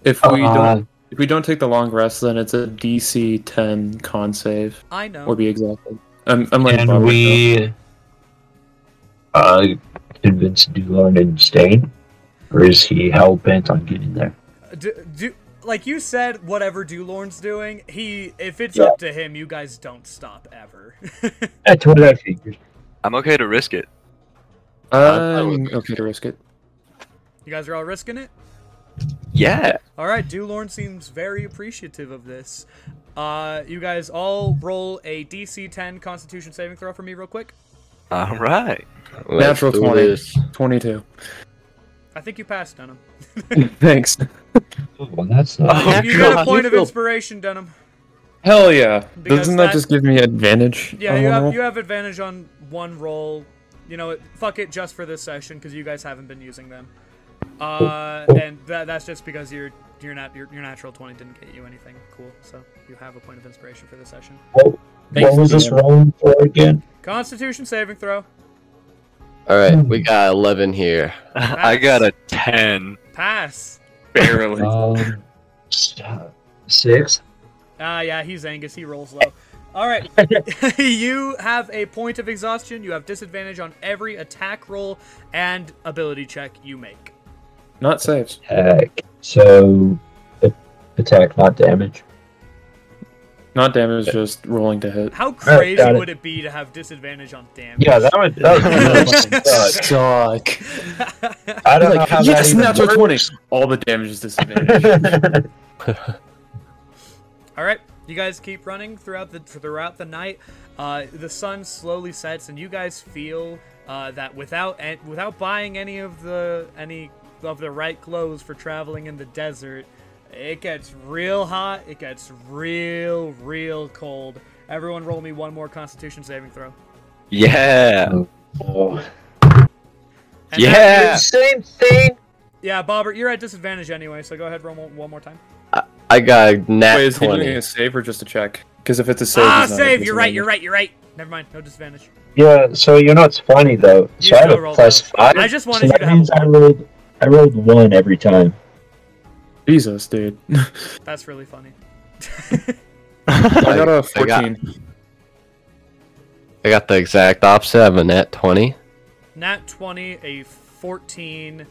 F: If we
D: Uh,
F: don't, if we don't take the long rest, then it's a DC 10 con save
A: I know.
F: or be Um, exacted. I'm, I'm like,
D: And
F: Robert, though.
D: we uh, convince Dulon and staying, or is he hell bent on getting there?
A: do, do, like you said, whatever Dulorn's doing, he if it's
D: Yeah.
A: up to him, you guys don't stop ever.
D: That's what I figured.
B: I'm okay to risk it.
C: I- I
F: I'm
C: would-
F: Um, okay to risk it.
A: you guys are all risking it.
B: Yeah.
A: All right, Dulorn seems very appreciative of this. Uh, you guys all roll a DC 10 Constitution saving throw for me, real quick.
B: All right.
C: Let's
F: Natural
C: do
F: 20.
C: this.
F: 22.
A: I think you passed, Dunham.
F: Thanks.
D: Well, that's not.
B: Oh,
A: you got a
B: God.
A: point of
F: You feel-
A: inspiration, Dunham.
F: Hell yeah.
A: Because
F: Doesn't that,
A: that-
F: just give me advantage?
A: Yeah,
F: on
A: you
F: one
A: have
F: roll?
A: you have advantage on one roll. You know, what, fuck it, just for this session because you guys haven't been using them. Uh, and that, that's just because your your nat your, your natural twenty didn't get you anything cool, so you have a point of inspiration for this session.
D: What,
F: Thanks,
D: what was this
F: DM.
D: rolling for again?
A: Constitution saving throw
C: All right, we got 11 here.
B: I got a 10.
A: pass.
B: Barely.
D: Um, s- uh, six.
A: Ah, yeah, he's Angus. He rolls low. All right, you have a point of exhaustion. You have disadvantage on every attack roll and ability check you make.
F: Not saves.
D: Heck. So, a- attack, not damage.
F: Not damage, just rolling to hit.
A: How
D: right,
A: crazy
D: got it.
A: would it be to have disadvantage on damage?
D: Yeah, that would.
C: Oh
D: That would fucking suck.
F: Suck.
D: I don't know
F: Like,
D: how
F: yes,
D: that
F: natural
D: even
F: twenty. All the damage is disadvantage.
D: works.
A: All right, you guys keep running throughout the throughout the night. Uh, the sun slowly sets, and you guys feel uh, that without and without buying any of the any of the right clothes for traveling in the desert, it gets real hot. It gets real, real cold. Everyone, roll me one more Constitution saving throw.
B: Yeah.
D: Oh.
A: And that-
B: Yeah.
D: Same thing.
A: yeah, Bobbert, you're at disadvantage anyway, so go ahead, roll one one more time.
C: I got a nat
F: Wait, is he
C: 20.
F: doing a save or just a check? Because if it's a save,
A: Ah,
F: he's not
A: save!
F: at
A: You're right.
F: disadvantage.
A: You're right. You're right. Never mind. No disadvantage.
D: Yeah, so you know it's funny though.
A: You
D: So I have
A: still rolled
D: a plus
A: low.
D: five.
A: I just
D: so
A: wanted you
D: that
A: to have
D: means I rolled. I rolled one every time.
F: Jesus, dude. I
A: That's really funny.
F: got a
C: I got-
F: fourteen.
C: I got the exact opposite. I have a nat 20.
A: Nat 20, a 14,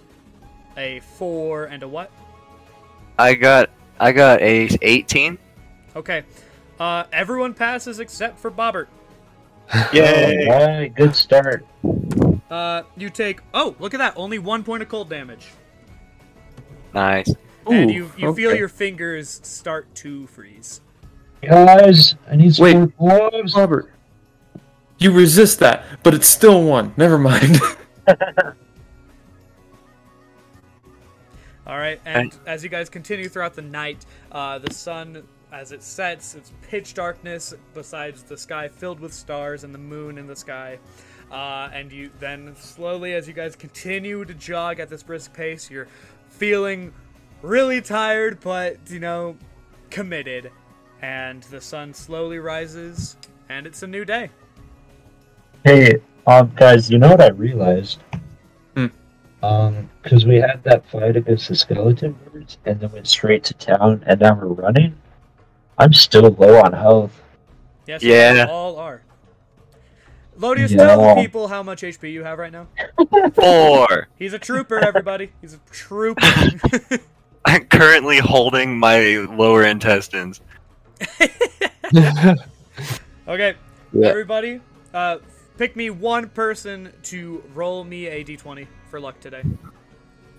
A: a 4, and a what?
B: I got I got a 18.
A: Okay. Uh, everyone passes except for Bobbert.
D: All right, good start.
A: Uh, you take. Oh, look at that. Only one point of cold damage.
B: Nice.
A: and
F: Ooh,
A: you, you feel
F: okay.
A: your fingers start to freeze.
D: Guys, I need some
F: Wait.
D: more gloves.
F: Robert. You resist that, but it's still one. Never mind.
A: All right, and as you guys continue throughout the night, uh, the sun as it sets, it's pitch darkness besides the sky filled with stars and the moon in the sky. Uh, and you then slowly, as you guys continue to jog at this brisk pace, you're feeling really tired, but you know, committed. And the sun slowly rises, and it's a new day.
D: Hey, um, guys, you know what I realized?
F: Hmm.
D: Um, because we had that fight against the skeleton birds, and then went straight to town, and now we're running. I'm still low on health.
A: Yes,
B: Yeah.
A: you all are. Lodius,
D: Yeah.
A: tell the people how much HP you have right now.
B: Four.
A: He's a trooper, everybody. He's a trooper.
B: I'm currently holding my lower intestines.
A: okay,
C: Yeah.
A: everybody, uh, pick me one person to roll me a d20 for luck today.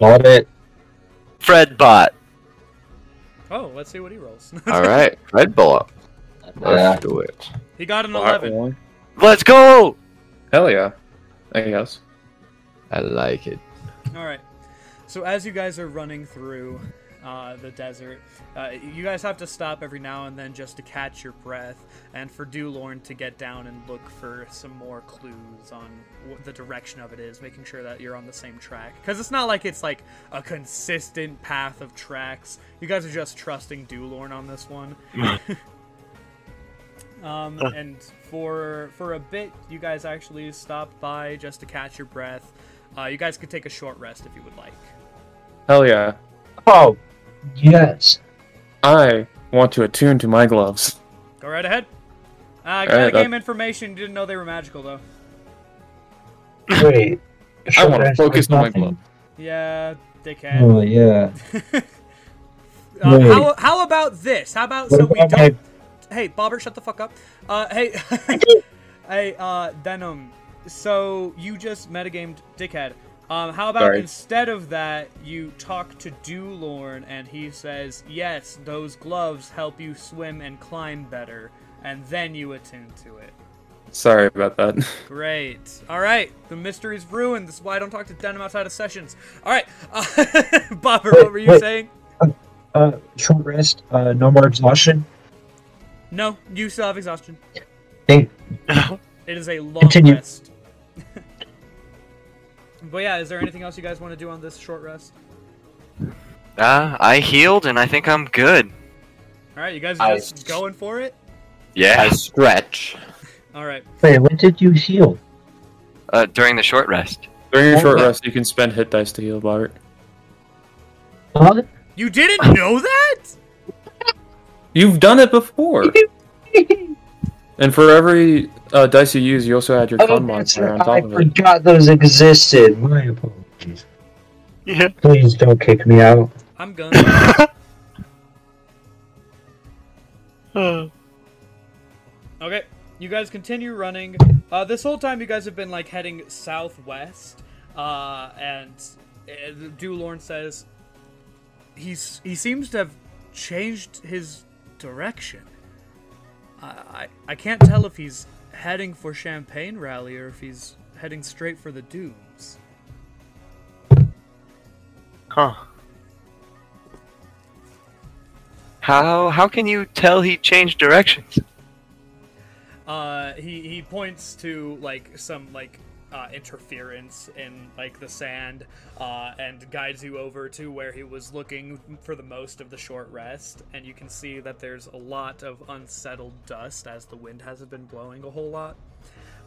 D: Got it.
B: Fred bot.
A: Oh, let's see what he rolls.
C: All right, Red Bull up. Let's do it.
A: he got an
F: All right,
A: 11.
F: one.
B: Let's go.
F: Hell yeah. I guess.
C: I like it.
A: All right. So as you guys are running through uh, the desert, uh, you guys have to stop every now and then just to catch your breath, and for Dulorn to get down and look for some more clues on what the direction of it is, making sure that you're on the same track. Because it's not like it's like a consistent path of tracks. You guys are just trusting Dulorn on this one. Um, and for for a bit, you guys actually stopped by just to catch your breath. Uh, you guys could take a short rest if you would like.
F: Hell yeah.
D: Oh, yes.
F: I want to attune to my gloves.
A: Go right ahead. Uh,
F: Alright,
A: game information. Didn't know they were magical though.
D: Wait.
F: I want to
D: Short
F: focus
D: rest
F: on my
D: is
F: glove.
D: nothing.
A: Yeah, dickhead.
D: Oh yeah.
A: Uh,
D: Wait.
A: how, how about this? How about
D: What
A: so we
D: about
A: don't?
D: my-
A: Hey, Bobbert, shut the fuck up. Uh, hey, hey, uh, Denim. So you just metagamed dickhead. Um, how about
F: Sorry.
A: instead of that, you talk to Dulorn and he says, "Yes, those gloves help you swim and climb better," and then you attend to it.
F: Sorry about that.
A: Great. All right, the mystery's ruined. This is why I don't talk to Denim outside of sessions. All right, uh, Bobber, what were you
D: Wait.
A: saying?
D: Uh, short rest. Uh, no more exhaustion.
A: No, you still have exhaustion.
D: Hey,
A: It is a long
D: Continue.
A: rest. but yeah, is there anything else you guys want to do on this short rest?
B: Uh, I healed and I think I'm good.
A: All right, you guys
C: I-
A: are just going for it.
C: I
B: Yes.
C: stretch.
A: All right.
D: wait. When did you heal?
B: Uh, during the short rest.
F: During your short
D: Okay.
F: rest, you can spend hit dice to heal, Bart.
D: Huh?
A: You didn't know that?
F: You've done it before. and for every uh, dice you use, you also add your
D: Oh,
F: con
D: that's
F: modifier on
D: right.
F: top
D: I
F: of it.
D: forgot those existed. My apologies.
B: Yeah.
D: Please don't kick me out.
A: I'm gonna. Okay, you guys continue running. Uh, this whole time, you guys have been like heading southwest, uh, and uh, Dulorn says he's he seems to have changed his direction. I, I I can't tell if he's heading for Champagne Rally or if he's heading straight for the dunes.
B: Huh. How how can you tell he changed directions?
A: Uh, he he points to like some like uh, interference in like the sand, uh, and guides you over to where he was looking for the most of the short rest. And you can see that there's a lot of unsettled dust as the wind hasn't been blowing a whole lot.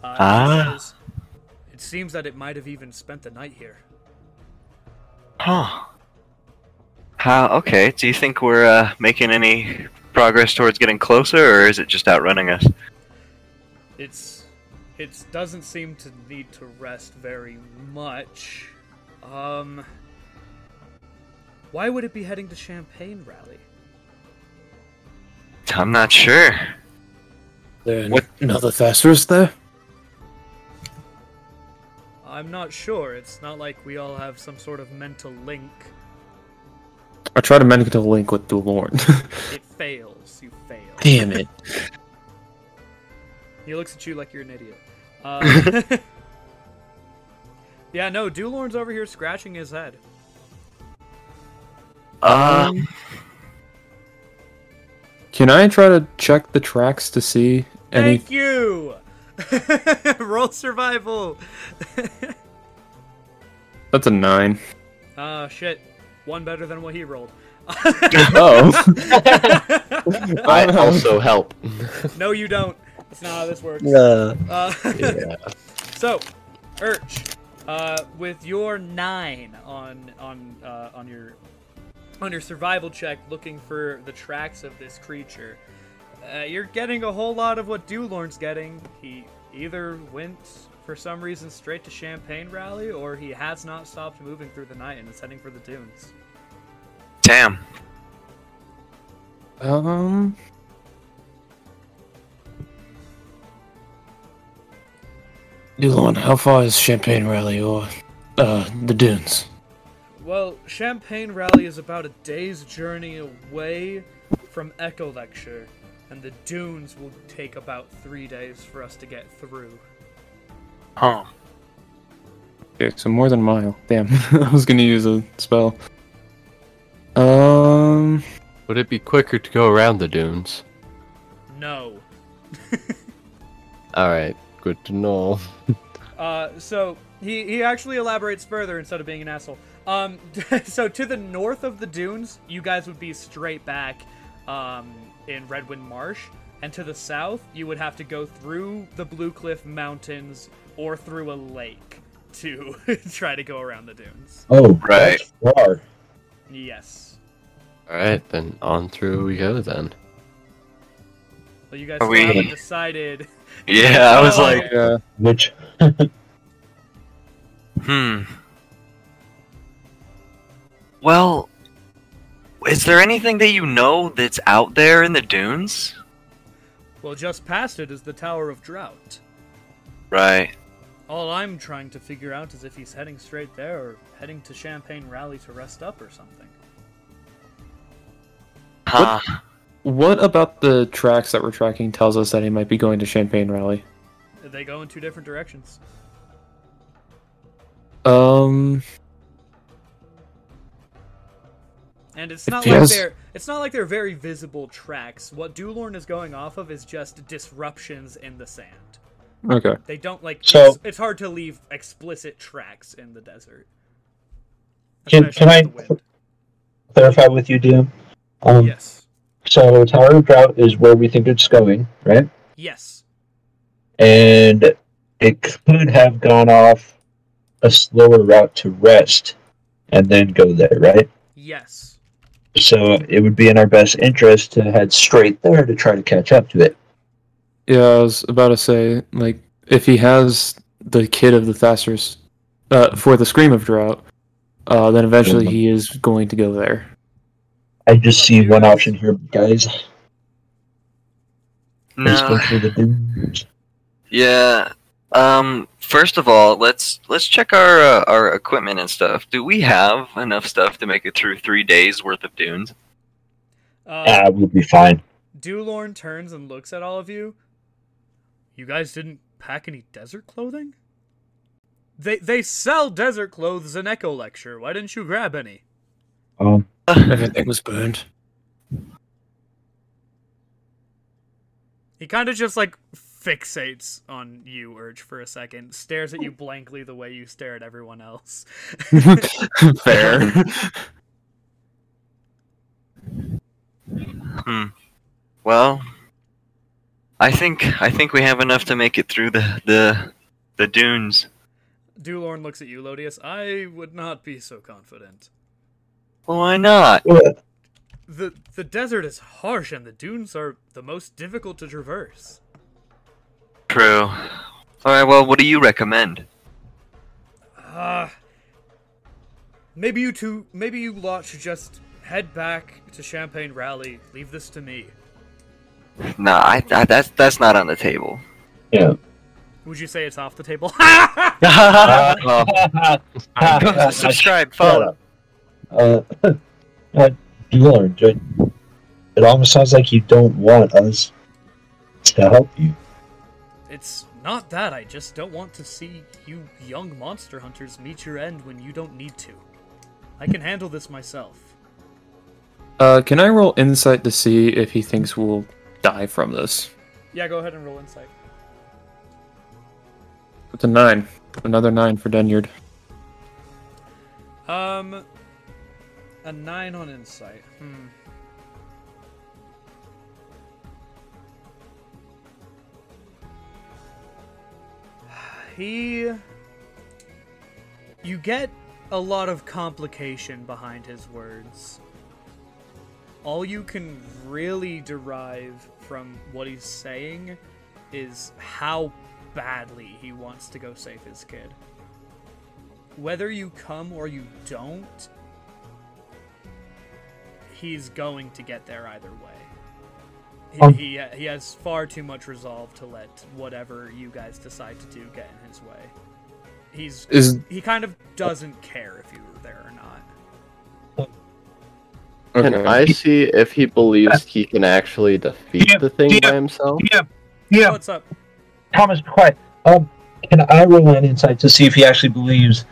A: Uh, he
B: Ah.
A: says, it seems that it might have even spent the night here.
B: Huh. How okay, do you think we're uh, making any progress towards getting closer or is it just outrunning us?
A: It's it doesn't seem to need to rest very much. Um why would it be heading to Champagne Rally?
B: I'm not sure.
E: There
B: What-
E: another Thesaurus there?
A: I'm not sure. It's not like we all have some sort of mental link.
F: I tried to make a link with the Lord.
A: It fails. You fail.
E: Damn it.
A: He looks at you like you're an idiot. Uh, yeah, no, Dulorn's over here scratching his head.
B: Uh,
F: can I try to check the tracks to see any?
A: Thank you! Roll survival!
F: That's a nine.
A: Ah, shit. One better than what he rolled.
F: Oh.
C: I also help.
A: No, you don't. That's not how this works. Uh, so, Urch, uh, with your nine on on uh, on your on your survival check, looking for the tracks of this creature, uh, you're getting a whole lot of what Dulorn's getting. He either went for some reason straight to Champagne Rally, or he has not stopped moving through the night and is heading for the dunes.
B: damn.
F: um.
E: Dulon, how far is Champagne Rally or uh, the dunes?
A: Well, Champagne Rally is about a day's journey away from Echo Lecture, and the dunes will take about three days for us to get through.
B: Huh.
F: Okay, so more than a mile. Damn, I was gonna use a spell. Um,
C: Would it be quicker to go around the dunes?
A: No.
C: All right, good to know.
A: Uh, so he, he actually elaborates further instead of being an asshole. Um, so to the north of the dunes, you guys would be straight back um, in Redwind Marsh, and to the south, you would have to go through the Blue Cliff Mountains or through a lake to try to go around the dunes.
D: Oh,
B: Right.
D: that's far.
A: Yes.
C: All right, then on through we go then.
A: Well, you guys
B: Are
A: still haven't
B: we-
A: decided.
B: Yeah, I was like,
F: yeah.
D: Which
B: hmm. Well, is there anything that you know that's out there in the dunes?
A: Well, just past it is the Tower of Drought.
B: Right.
A: All I'm trying to figure out is if he's heading straight there or heading to Champagne Rally to rest up or something.
B: Huh.
F: What about the tracks that we're tracking tells us that he might be going to Champagne Rally?
A: They go in two different directions.
F: Um,
A: And it's not
F: Yes.
A: like they're it's not like they're very visible tracks. What Dulorn is going off of is just disruptions in the sand.
F: okay.
A: They don't like
D: So-
A: it's, it's hard to leave explicit tracks in the desert.
D: Can-
A: Especially
D: can
A: with
D: I-
A: the wind.
D: clarify with you, DM. Um,
A: Yes.
D: So Tower of Drought is where we think it's going, right?
A: Yes.
D: And it could have gone off a slower route to rest and then go there, right?
A: Yes.
D: So it would be in our best interest to head straight there to try to catch up to it.
F: Yeah, I was about to say, like, if he has the kid of the Thasser's uh, for the Scream of Drought, uh, then eventually he is going to go there.
D: I just see one option here, guys. Let's go
B: No.
D: through the dunes.
B: Yeah. Um. First of all, let's let's check our uh, our equipment and stuff. Do we have enough stuff to make it through three days worth of dunes?
A: Uh,
D: Ah, we'll be fine.
A: Dulorn turns and looks at all of you. You guys didn't pack any desert clothing? They they sell desert clothes in Echo Lecture. Why didn't you grab any?
D: Um,
E: Everything was burned.
A: He kind of just like fixates on you, Urge, for a second, stares at you blankly the way you stare at everyone else.
F: Fair.
B: Hmm. Well, I think I think we have enough to make it through the the the dunes.
A: Dulorn looks at you, Lodius. I would not be so confident.
B: Well, why not?
D: well,
A: The the desert is harsh and the dunes are the most difficult to traverse.
B: True. All right. Well, what do you recommend?
A: Ah. maybe you two maybe you lot should just head back to Champagne Rally. Leave this to me.
B: Nah, I, I that's that's not on the table.
D: yeah.
A: Would you say it's off the table?
B: Well,
D: Ah,
B: subscribe,
D: Shut
B: follow.
D: up. Uh, uh, Bjorn, it, it almost sounds like you don't want us to help you.
A: It's not that, I just don't want to see you young monster hunters meet your end when you don't need to. I can handle this myself.
F: uh, can I roll insight to see if he thinks we'll die from this?
A: Yeah, go ahead and roll insight.
F: It's a nine. Another nine for Denyard.
A: Um, a nine on insight. Hmm. He. You get a lot of complication behind his words. All you can really derive from what he's saying is how badly he wants to go save his kid whether you come or you don't, he's going to get there either way. He,
D: Um.
A: he, he has far too much resolve to let whatever you guys decide to do get in his way. He's
F: Is
A: he kind of doesn't care if you were there or not.
C: Can I see if he believes he can actually defeat
D: Yeah,
C: the thing
D: yeah.
C: by himself?
D: Yeah,
A: What's up?
D: Thomas, be quiet. Um, can I roll an insight to see if he actually believes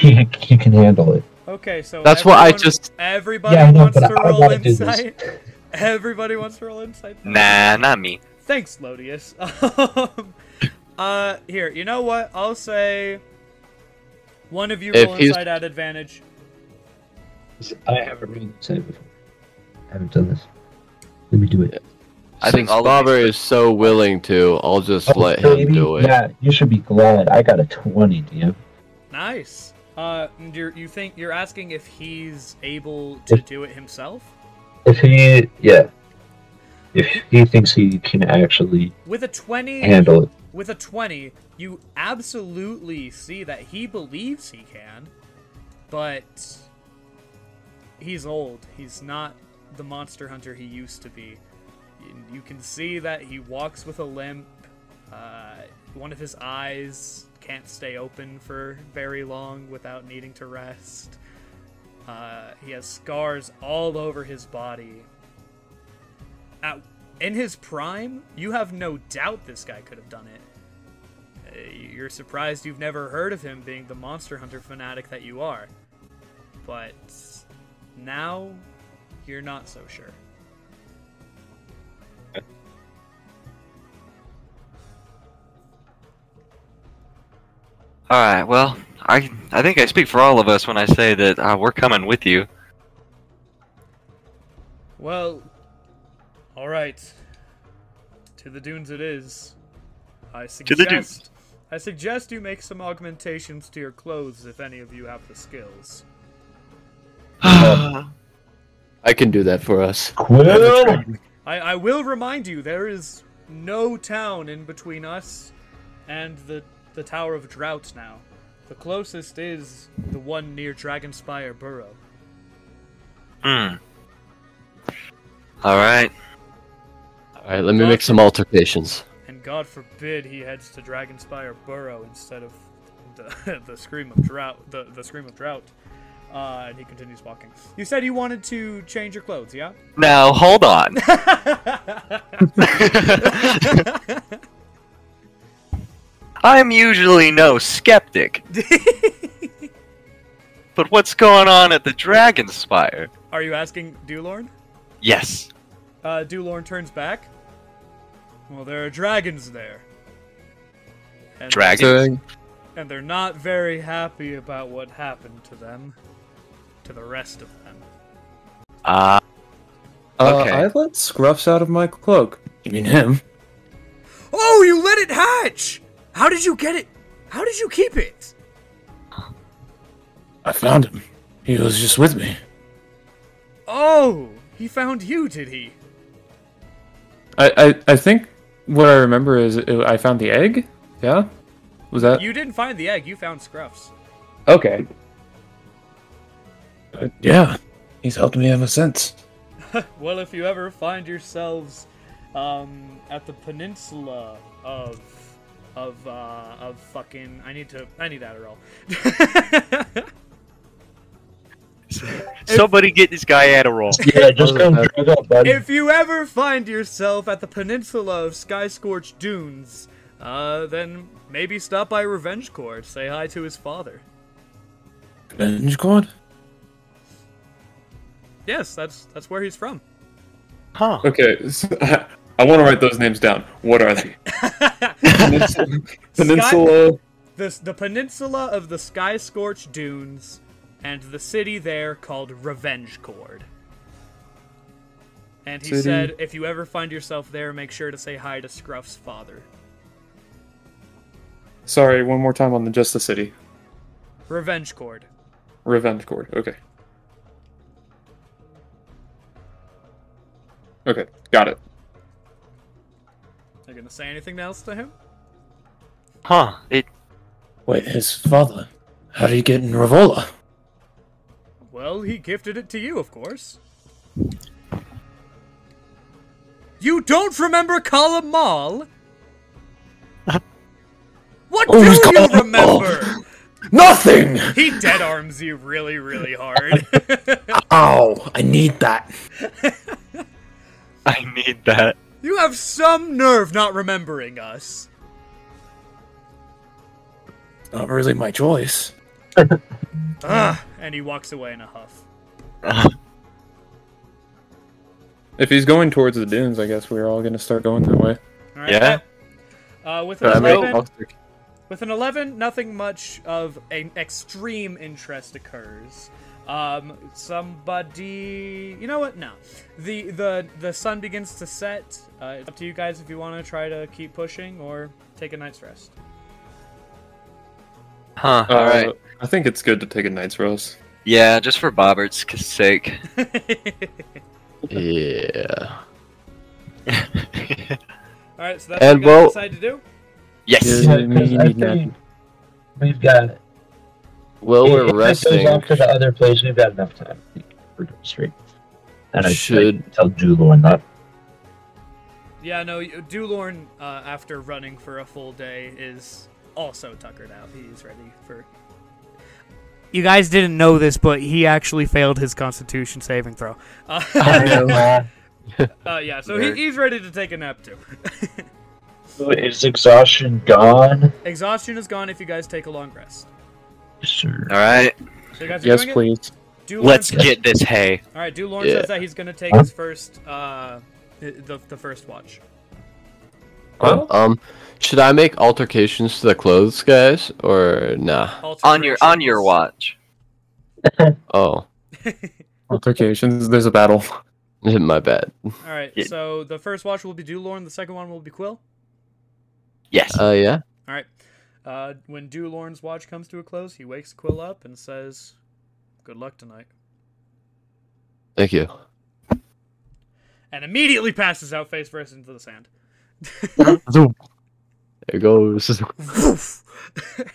D: he, he can handle it?
A: Okay, so
C: That's what I
A: everyone-
C: just-
A: Everybody
D: Yeah, I know,
A: wants
D: but
A: to
D: I- I
A: roll
D: wanna do this.
A: insight. Everybody wants to roll insight.
B: Nah, not me.
A: Thanks, Lodius. Um, uh, here, you know what? I'll say one of you
C: If
A: roll
C: he's-
A: insight at advantage.
D: I haven't rolled insight before. I haven't done this. Let me do it.
B: I
C: Since
B: think all of
C: Bobber
B: these-
C: is so willing to, I'll just let him do it.
D: Oh, Yeah, you should be glad. I got a 20, DM.
A: Nice. Uh, and you're, you think you're asking if he's able to
D: If-
A: do it himself
D: If he, yeah. If he thinks he can actually
A: with a twenty?
D: handle it.
A: With a 20, you absolutely see that he believes he can, but he's old. He's not the monster hunter he used to be. And You can see that he walks with a limp. Uh, one of his eyes can't stay open for very long without needing to rest. Uh, he has scars all over his body. At in his prime, you have no doubt this guy could have done it. Uh, You're surprised you've never heard of him being the monster hunter fanatic that you are. But now, you're not so sure.
B: All right. Well, I I think I speak for all of us when I say that uh, we're coming with you.
A: Well, all right. To the dunes it is. I
B: the
A: suggest
B: dunes.
A: I suggest you make some augmentations to your clothes if any of you have the skills.
B: oh
C: I can do that for us.
D: Quill!
A: I, I will remind you there is no town in between us and the the Tower of Drought now. The closest is the one near Dragonspire Burrow.
B: Hmm. All right.
C: Alright, let me make some altercations.
A: And God forbid he heads to Dragonspire Burrow instead of the, the Scream of Drought the, the Scream of Drought. Uh, and he continues walking. You said you wanted to change your clothes, yeah?
B: Now hold on. I'm usually no skeptic, but what's going on at the Dragon Spire?
A: Are you asking Dulorn?
B: Yes.
A: Uh, Dulorn turns back. Well, there are dragons there. And
B: Dragons.
C: So,
A: and they're not very happy about what happened to them, to the rest of them.
B: Ah.
F: Uh,
B: Okay.
F: I let Scruffs out of my cloak. You mean him?
A: Oh, you let it hatch! How did you get it? How did you keep it?
E: I found him. He was just with me.
A: Oh, he found you, did he?
F: I, I, I think what I remember is it, I found the egg. Yeah, was that
A: You didn't find the egg, you found Scruffs.
F: okay?
E: But yeah, he's helped me ever since.
A: Well, if you ever find yourselves um, at the peninsula of of uh, of fucking, I need to, I need Adderall.
B: Somebody get this guy Adderall.
D: Yeah, just go and drug up, buddy.
A: If you ever find yourself at the peninsula of Sky Scorched Dunes, uh, then maybe stop by Revenge Court, say hi to his father.
E: Revenge Court?
A: Yes, that's that's where he's from.
B: Huh.
F: Okay, so, I want to write those names down. What are they? Peninsula. Peninsula.
A: The, the peninsula of the Sky Scorched Dunes, and the city there called Revenge Court. And he
F: City.
A: said, if you ever find yourself there, make sure to say hi to Scruff's father.
F: Sorry, one more time on the just the city.
A: Revenge Court.
F: Revenge Court. Okay. Okay, got it.
A: Are you gonna say anything else to him?
B: Huh. It.
E: Wait, his father. How did he get in Revola?
A: Well, he gifted it to you, of course. You don't remember Colum Mall? What
E: Oh,
A: do
E: it's
A: you
E: Colum Mall.
A: remember?
E: Nothing!
A: He dead arms you really, really hard.
E: Ow, I need that.
B: I need that.
A: you have some nerve not remembering us.
E: Not really my choice.
A: Ugh. And he walks away in a huff.
F: If he's going towards the dunes, I guess we're all gonna start going that way.
A: All right,
B: Yeah.
A: Uh, with an
F: But I mean,
A: 11,
F: I'll stick-
A: With an 11, nothing much of an extreme interest occurs. Um, somebody, you know what? No, the the the sun begins to set. Uh, it's up to you guys if you want to try to keep pushing or take a night's rest.
B: Huh.
F: uh,
B: All right.
F: I think it's good to take a night's rest.
B: Yeah, just for Bobbert's k- sake.
C: Yeah.
A: All right, so that's
C: And
A: what you guys
C: well-
A: decide to do.
B: yes.
F: Yeah, you
D: I
F: need
D: think we've got.
C: Well,
D: if-
C: we're
D: if this
C: resting.
D: goes off to the other place, we've got enough time. We're doing straight. And I
C: Should-
D: should tell Julo and that.
A: Yeah, no, you- Dulorn, uh, after running for a full day, is also tuckered out. He's ready for. You guys didn't know this, but he actually failed his Constitution saving throw. Uh, uh, yeah, so he,
B: Nerd.
A: he's ready to take a nap too.
D: Is exhaustion gone?
A: Exhaustion is gone if you guys take a long rest.
D: Sure.
B: All right.
A: So you guys are
F: Yes,
A: doing
F: please.
A: It? Dulorn
B: Let's
A: says-
B: get this hay.
A: All right, Dulorn
C: Yeah.
A: says that he's gonna take his first, uh, the the first watch.
C: Oh, um, should I make altercations to the clothes guys or nah?
B: On your on your watch.
C: Oh,
F: Altercations. There's a battle.
C: my bad.
A: All right,
B: Yeah.
A: so the first watch will be Dulorn. The second one will be Quill.
B: Yes.
C: Uh, yeah.
A: All right. Uh, when Dulorn's watch comes to a close, he wakes Quill up and says, "Good luck tonight,"
C: Thank you.
A: and immediately passes out face first into the sand.
C: Zoom. There goes.
A: Uh,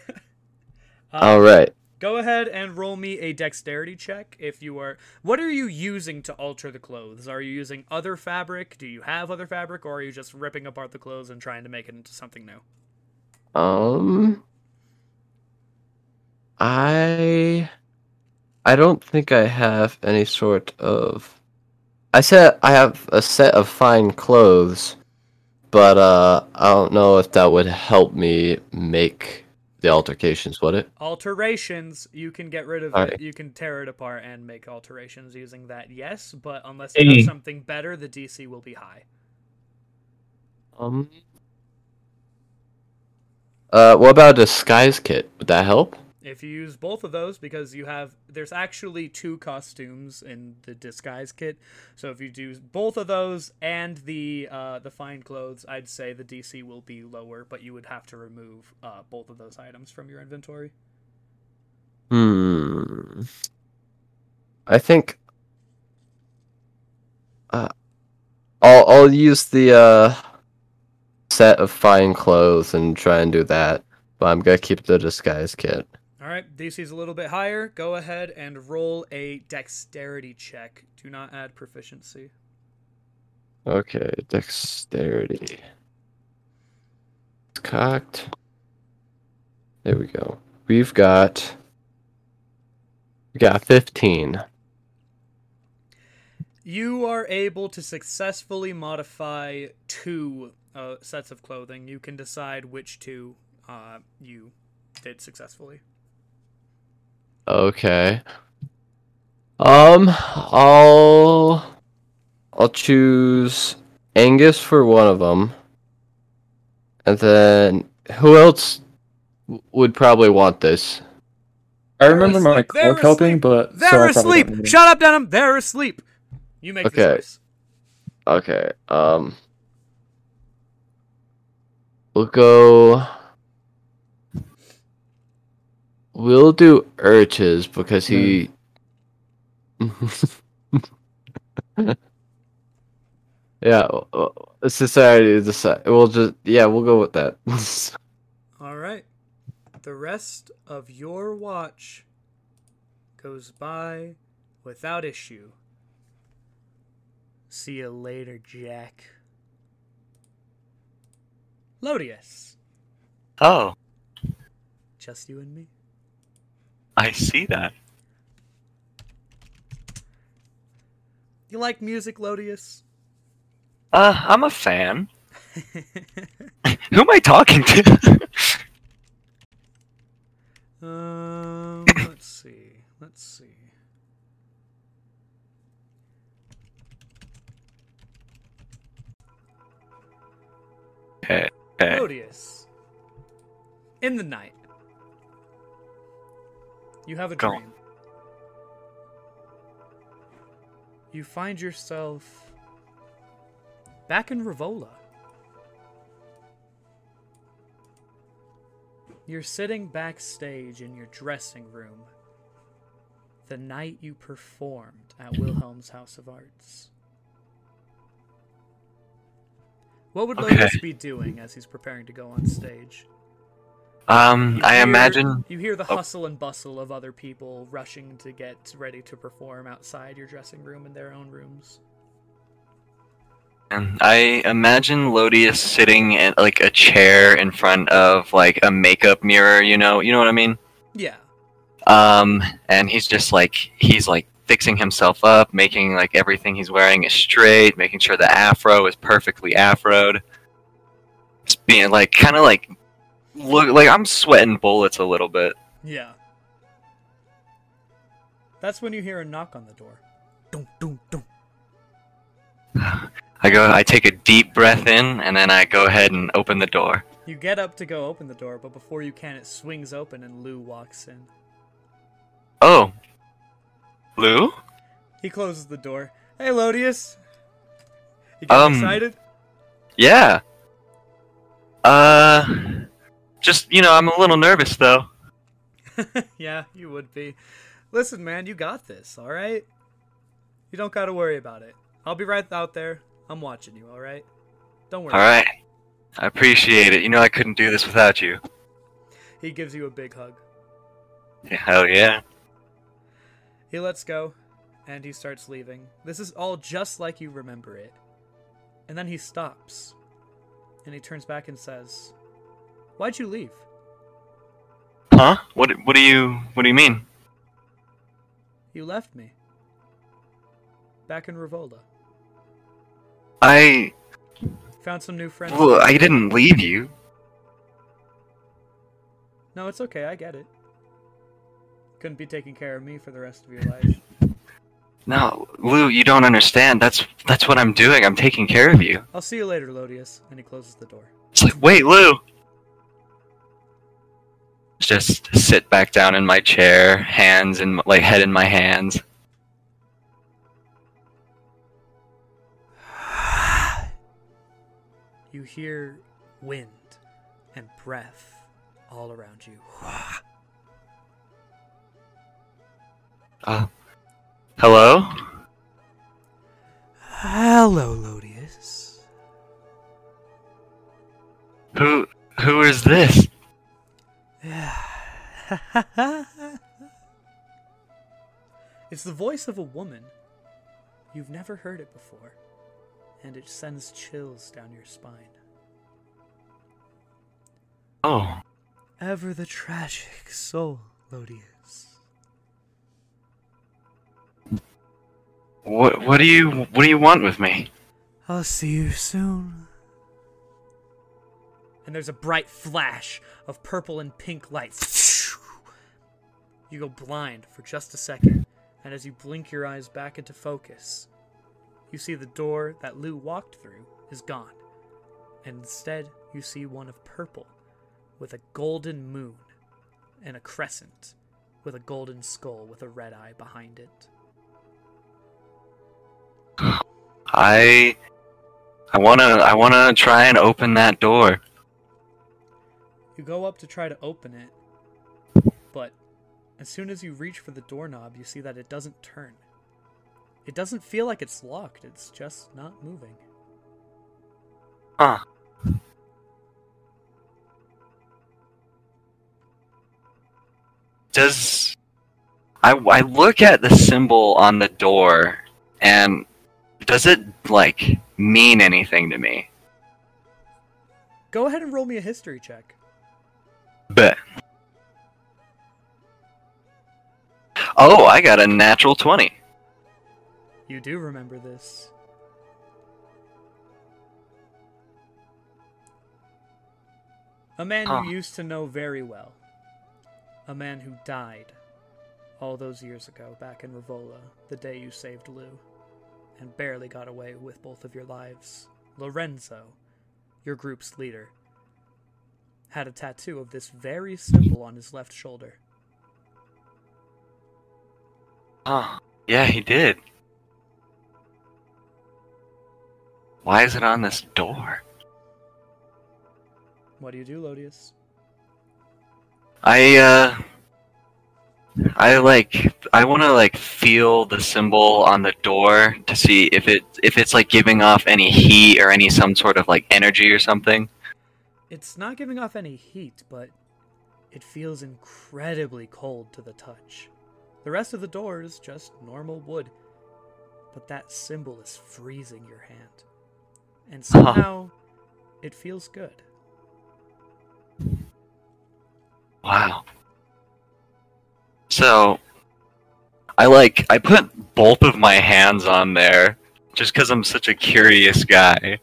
C: All right.
A: Go ahead and roll me a dexterity check if you are. What are you using to alter the clothes? Are you using other fabric? Do you have other fabric, or are you just ripping apart the clothes and trying to make it into something new?
C: Um, I, I don't think I have any sort of. I said I have a set of fine clothes, but uh, I don't know if that would help me make the altercations. Would it?
A: Alterations, you can get rid of
C: All
A: it.
C: right.
A: You can tear it apart and make alterations using that. Yes, but unless
D: Hey.
A: you have something better, the DC will be high.
C: Um. Uh, what about a disguise kit? Would that help?
A: If you use both of those, because you have there's actually two costumes in the disguise kit. So if you do both of those and the uh, the fine clothes, I'd say the DC will be lower, but you would have to remove uh, both of those items from your inventory.
C: Hmm. I think. Uh, I'll I'll use the uh set of fine clothes and try and do that, but I'm gonna keep the disguise kit.
A: All right, DC's a little bit higher. Go ahead and roll a dexterity check. Do not add proficiency.
C: Okay, dexterity. It's cocked. There we go. We've got. We got fifteen.
A: You are able to successfully modify two uh, sets of clothing. You can decide which two uh, you did successfully.
C: Okay. Um, I'll I'll choose Angus for one of them, and then who else w- would probably want this?
F: I remember my
A: asleep. They're
F: cloak helping,
A: asleep.
F: but so
A: They're
F: I probably don't
A: asleep.
F: need it.
A: Shut up, Denham. They're asleep. You make the
C: Okay.
A: choice.
C: Okay. Um, we'll go. We'll do Urches because he. yeah, w- w- society decide. We'll just yeah, we'll go with that.
A: All right. The rest of your watch goes by without issue. See you later, Jack. Lodius.
B: Oh.
A: Just you and me.
B: I see that.
A: You like music, Lodius?
B: Uh, I'm a fan. Who am I talking to?
A: um, let's see. Let's see.
B: okay, okay.
A: Lodius. In the night. You have a
B: Go on.
A: dream. You find yourself back in Rivola. You're sitting backstage in your dressing room the night you performed at Wilhelm's House of Arts. What would
B: Okay.
A: Lotus be doing as he's preparing to go on stage?
B: Um,
A: You
B: I
A: hear-
B: imagine.
A: you hear the
B: Oh.
A: hustle and bustle of other people rushing to get ready to perform outside your dressing room in their own rooms.
B: um, I imagine Lodius sitting in like a chair in front of like a makeup mirror. You know, you know what I mean.
A: Yeah.
B: Um, and he's just like he's like fixing himself up, making like everything he's wearing is straight, making sure the afro is perfectly afroed. Just being like kind of like look like I'm sweating bullets a little bit.
A: Yeah. That's when you hear a knock on the door. Dun, dun, dun.
B: I go, I take a deep breath in, and then I go ahead and open the door.
A: You get up to go open the door, but before you can, it swings open and Lou walks in.
B: Oh, Lou?
A: He closes the door. Hey, Lodius. You getting
B: Um,
A: excited?
B: Yeah. Uh, just you know, I'm a little nervous though.
A: yeah, you would be. Listen, man, you got this, all right? You don't got to worry about it. I'll be right out there. I'm watching you, all right? Don't worry.
B: All right, I appreciate it. You know, I couldn't do this without you.
A: He gives you a big hug.
B: Hell yeah.
A: He lets go, and he starts leaving. This is all just like you remember it. And then he stops, and he turns back and says, Why'd you leave?
B: Huh? What? What do you? What do you mean?
A: You left me. Back in Rivolda.
B: I.
A: Found some new friends.
B: Well, I didn't leave you.
A: No, it's okay. I get it. Couldn't be taking care of me for the rest of your life.
B: No, Lou, you don't understand. That's that's what I'm doing. I'm taking care of you.
A: I'll see you later, Lodius. And he closes the door.
B: It's like, wait, Lou. Just sit back down in my chair, hands in like head in my hands.
A: You hear wind and breath all around you.
B: Uh, hello.
A: Hello, Lodius.
B: Who who is this?
A: it's the voice of a woman. You've never heard it before, and it sends chills down your spine.
B: Oh,
A: Ever the tragic soul, Lodius.
B: what what do you what do you want with me?
A: I'll see you soon. And there's a bright flash of purple and pink light. You go blind for just a second, and as you blink your eyes back into focus, you see the door that Lou walked through is gone. And instead, you see one of purple with a golden moon and a crescent with a golden skull with a red eye behind it.
B: I I wanna I wanna try and open that door.
A: You go up to try to open it, but as soon as you reach for the doorknob, you see that it doesn't turn. It doesn't feel like it's locked, it's just not moving.
B: Huh. Does I I look at the symbol on the door and does it like mean anything to me?
A: Go ahead and roll me a history check.
B: But Oh, I got a natural 20.
A: You do remember this. A man
B: Huh.
A: you used to know very well. A man who died all those years ago back in Rivola, the day you saved Lou, and barely got away with both of your lives. Lorenzo, your group's leader, had a tattoo of this very symbol on his left shoulder.
B: Huh. Yeah, he did. Why is it on this door?
A: What do you do, Lodius?
B: I uh I like I want to like feel the symbol on the door to see if it if it's like giving off any heat or any some sort of like energy or something.
A: It's not giving off any heat, but it feels incredibly cold to the touch. The rest of the door is just normal wood, but that symbol is freezing your hand. And
B: Huh.
A: somehow, it feels good.
B: Wow. So I like I put both of my hands on there just cuz I'm such a curious guy.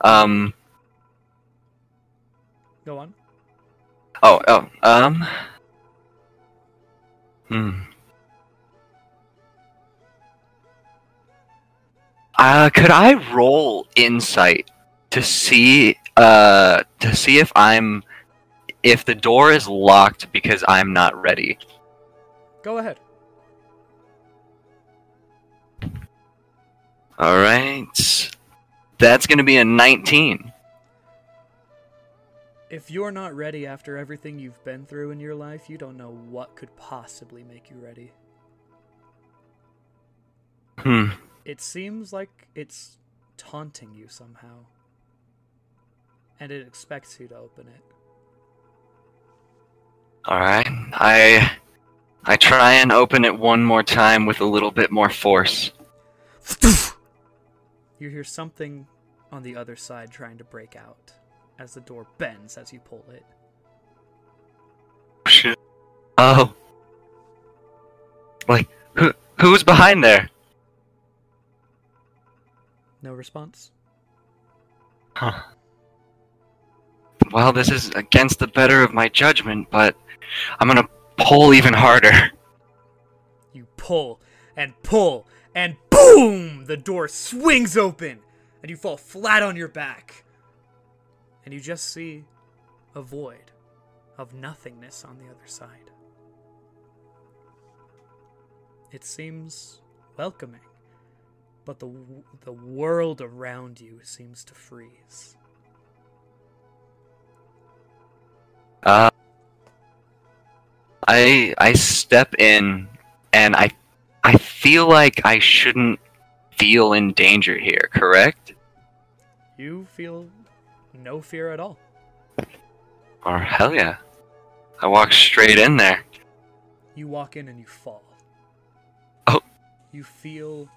B: Um
A: Go on.
B: Oh, oh, um. Hmm. Uh, could I roll insight to see, uh, to see if I'm, if the door is locked because I'm not ready?
A: Go ahead.
B: All right. That's gonna be a 19.
A: If you're not ready after everything you've been through in your life, you don't know what could possibly make you ready.
B: Hmm.
A: It seems like it's taunting you somehow. And it expects you to open it.
B: All right. I, I try and open it one more time with a little bit more force.
A: You hear something on the other side trying to break out as the door bends as you pull it.
B: Shit. Oh. Like who who's behind there?
A: No response?
B: Huh. Well, this is against the better of my judgment, but I'm gonna pull even harder.
A: You pull and pull and boom! The door swings open and you fall flat on your back. And you just see a void of nothingness on the other side. It seems welcoming, but the, w- the world around you seems to freeze.
B: Uh I I step in and I I feel like I shouldn't feel in danger here, correct?
A: You feel no fear at all.
B: Or hell yeah. I walk straight in there.
A: You walk in and you fall.
B: Oh.
A: You feel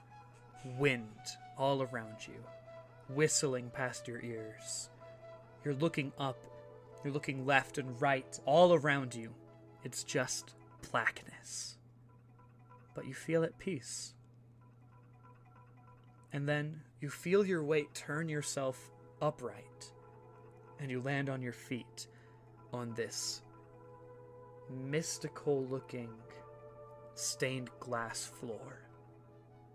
A: wind all around you, whistling past your ears. You're looking up, you're looking left and right, all around you. It's just blackness. But you feel at peace. And then you feel your weight turn yourself upright, and you land on your feet on this mystical looking stained glass floor.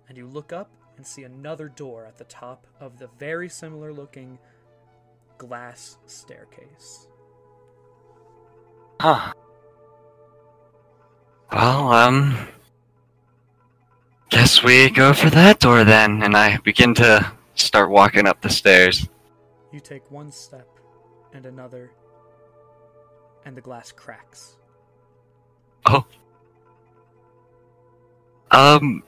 A: And you look up and see another door at the top of the very similar looking glass staircase.
B: Huh. Well, um. Guess we go for that door then, and I begin to start walking up the stairs.
A: You take one step and another, and the glass cracks.
B: Um.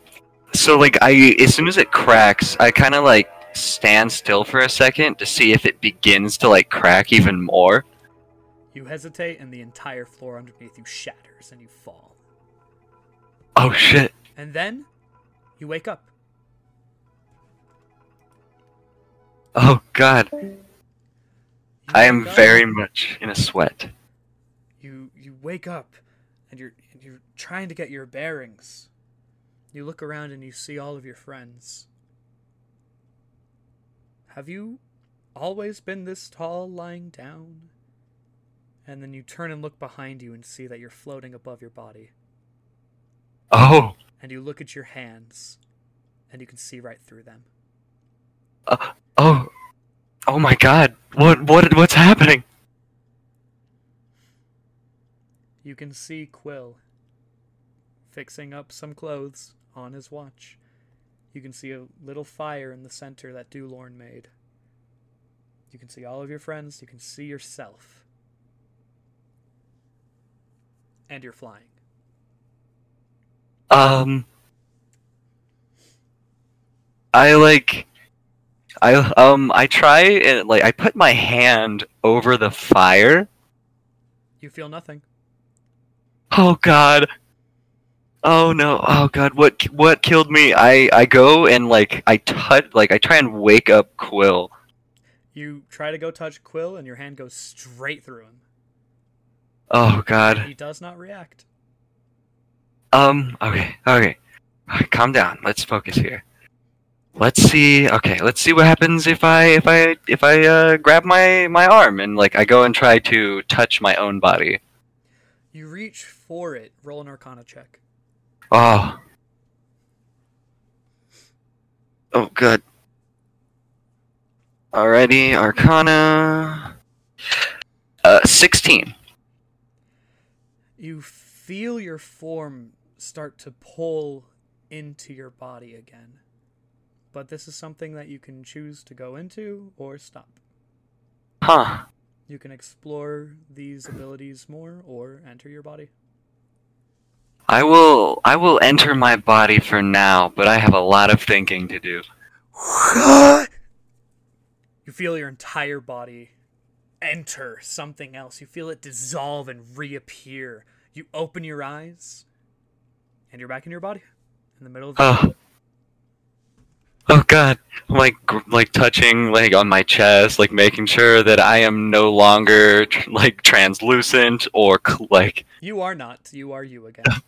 B: So, like, I. As soon as it cracks, I kind of, like, stand still for a second to see if it begins to, like, crack even more.
A: You hesitate, and the entire floor underneath you shatters and you fall.
B: Oh, shit.
A: And then you wake up.
B: Oh, God.
A: You
B: I am
A: wake up.
B: very much in a sweat.
A: You you wake up and you're and you're trying to get your bearings. You look around and you see all of your friends. Have you always been this tall lying down? And then you turn and look behind you and see that you're floating above your body.
B: Oh,
A: And you look at your hands and you can see right through them.
B: uh, oh, oh my God! What, what, what's happening?
A: You can see Quill fixing up some clothes on his watch. You can see a little fire in the center that Dulorn made. You can see all of your friends. You can see yourself. And you're flying.
B: Um, I like, I um, I try and like I put my hand over the fire.
A: You feel nothing.
B: Oh God. Oh no. Oh God. What what killed me? I I go and like I touch like I try and wake up Quill.
A: You try to go touch Quill, and your hand goes straight through him.
B: Oh God.
A: He does not react.
B: Um. Okay. Okay. Alright, Calm down. Let's focus here. Let's see. Okay. Let's see what happens if I if I if I uh, grab my my arm and like I go and try to touch my own body.
A: You reach for it. Roll an Arcana check.
B: Oh. Oh God. Alrighty, Arcana. Uh, sixteen.
A: You feel your form start to pull into your body again. But this is something that you can choose to go into or stop.
B: Huh.
A: You can explore these abilities more or enter your body.
B: I will. I will enter my body for now, but I have a lot of thinking to do.
A: You feel your entire body enter something else. You feel it dissolve and reappear. You open your eyes, and you're back in your body in the middle of the
B: Oh. Oh God. I'm like gr- like touching like on my chest, like making sure that I am no longer tr- like translucent or cl- like.
A: You are not. You are you again.
B: huh.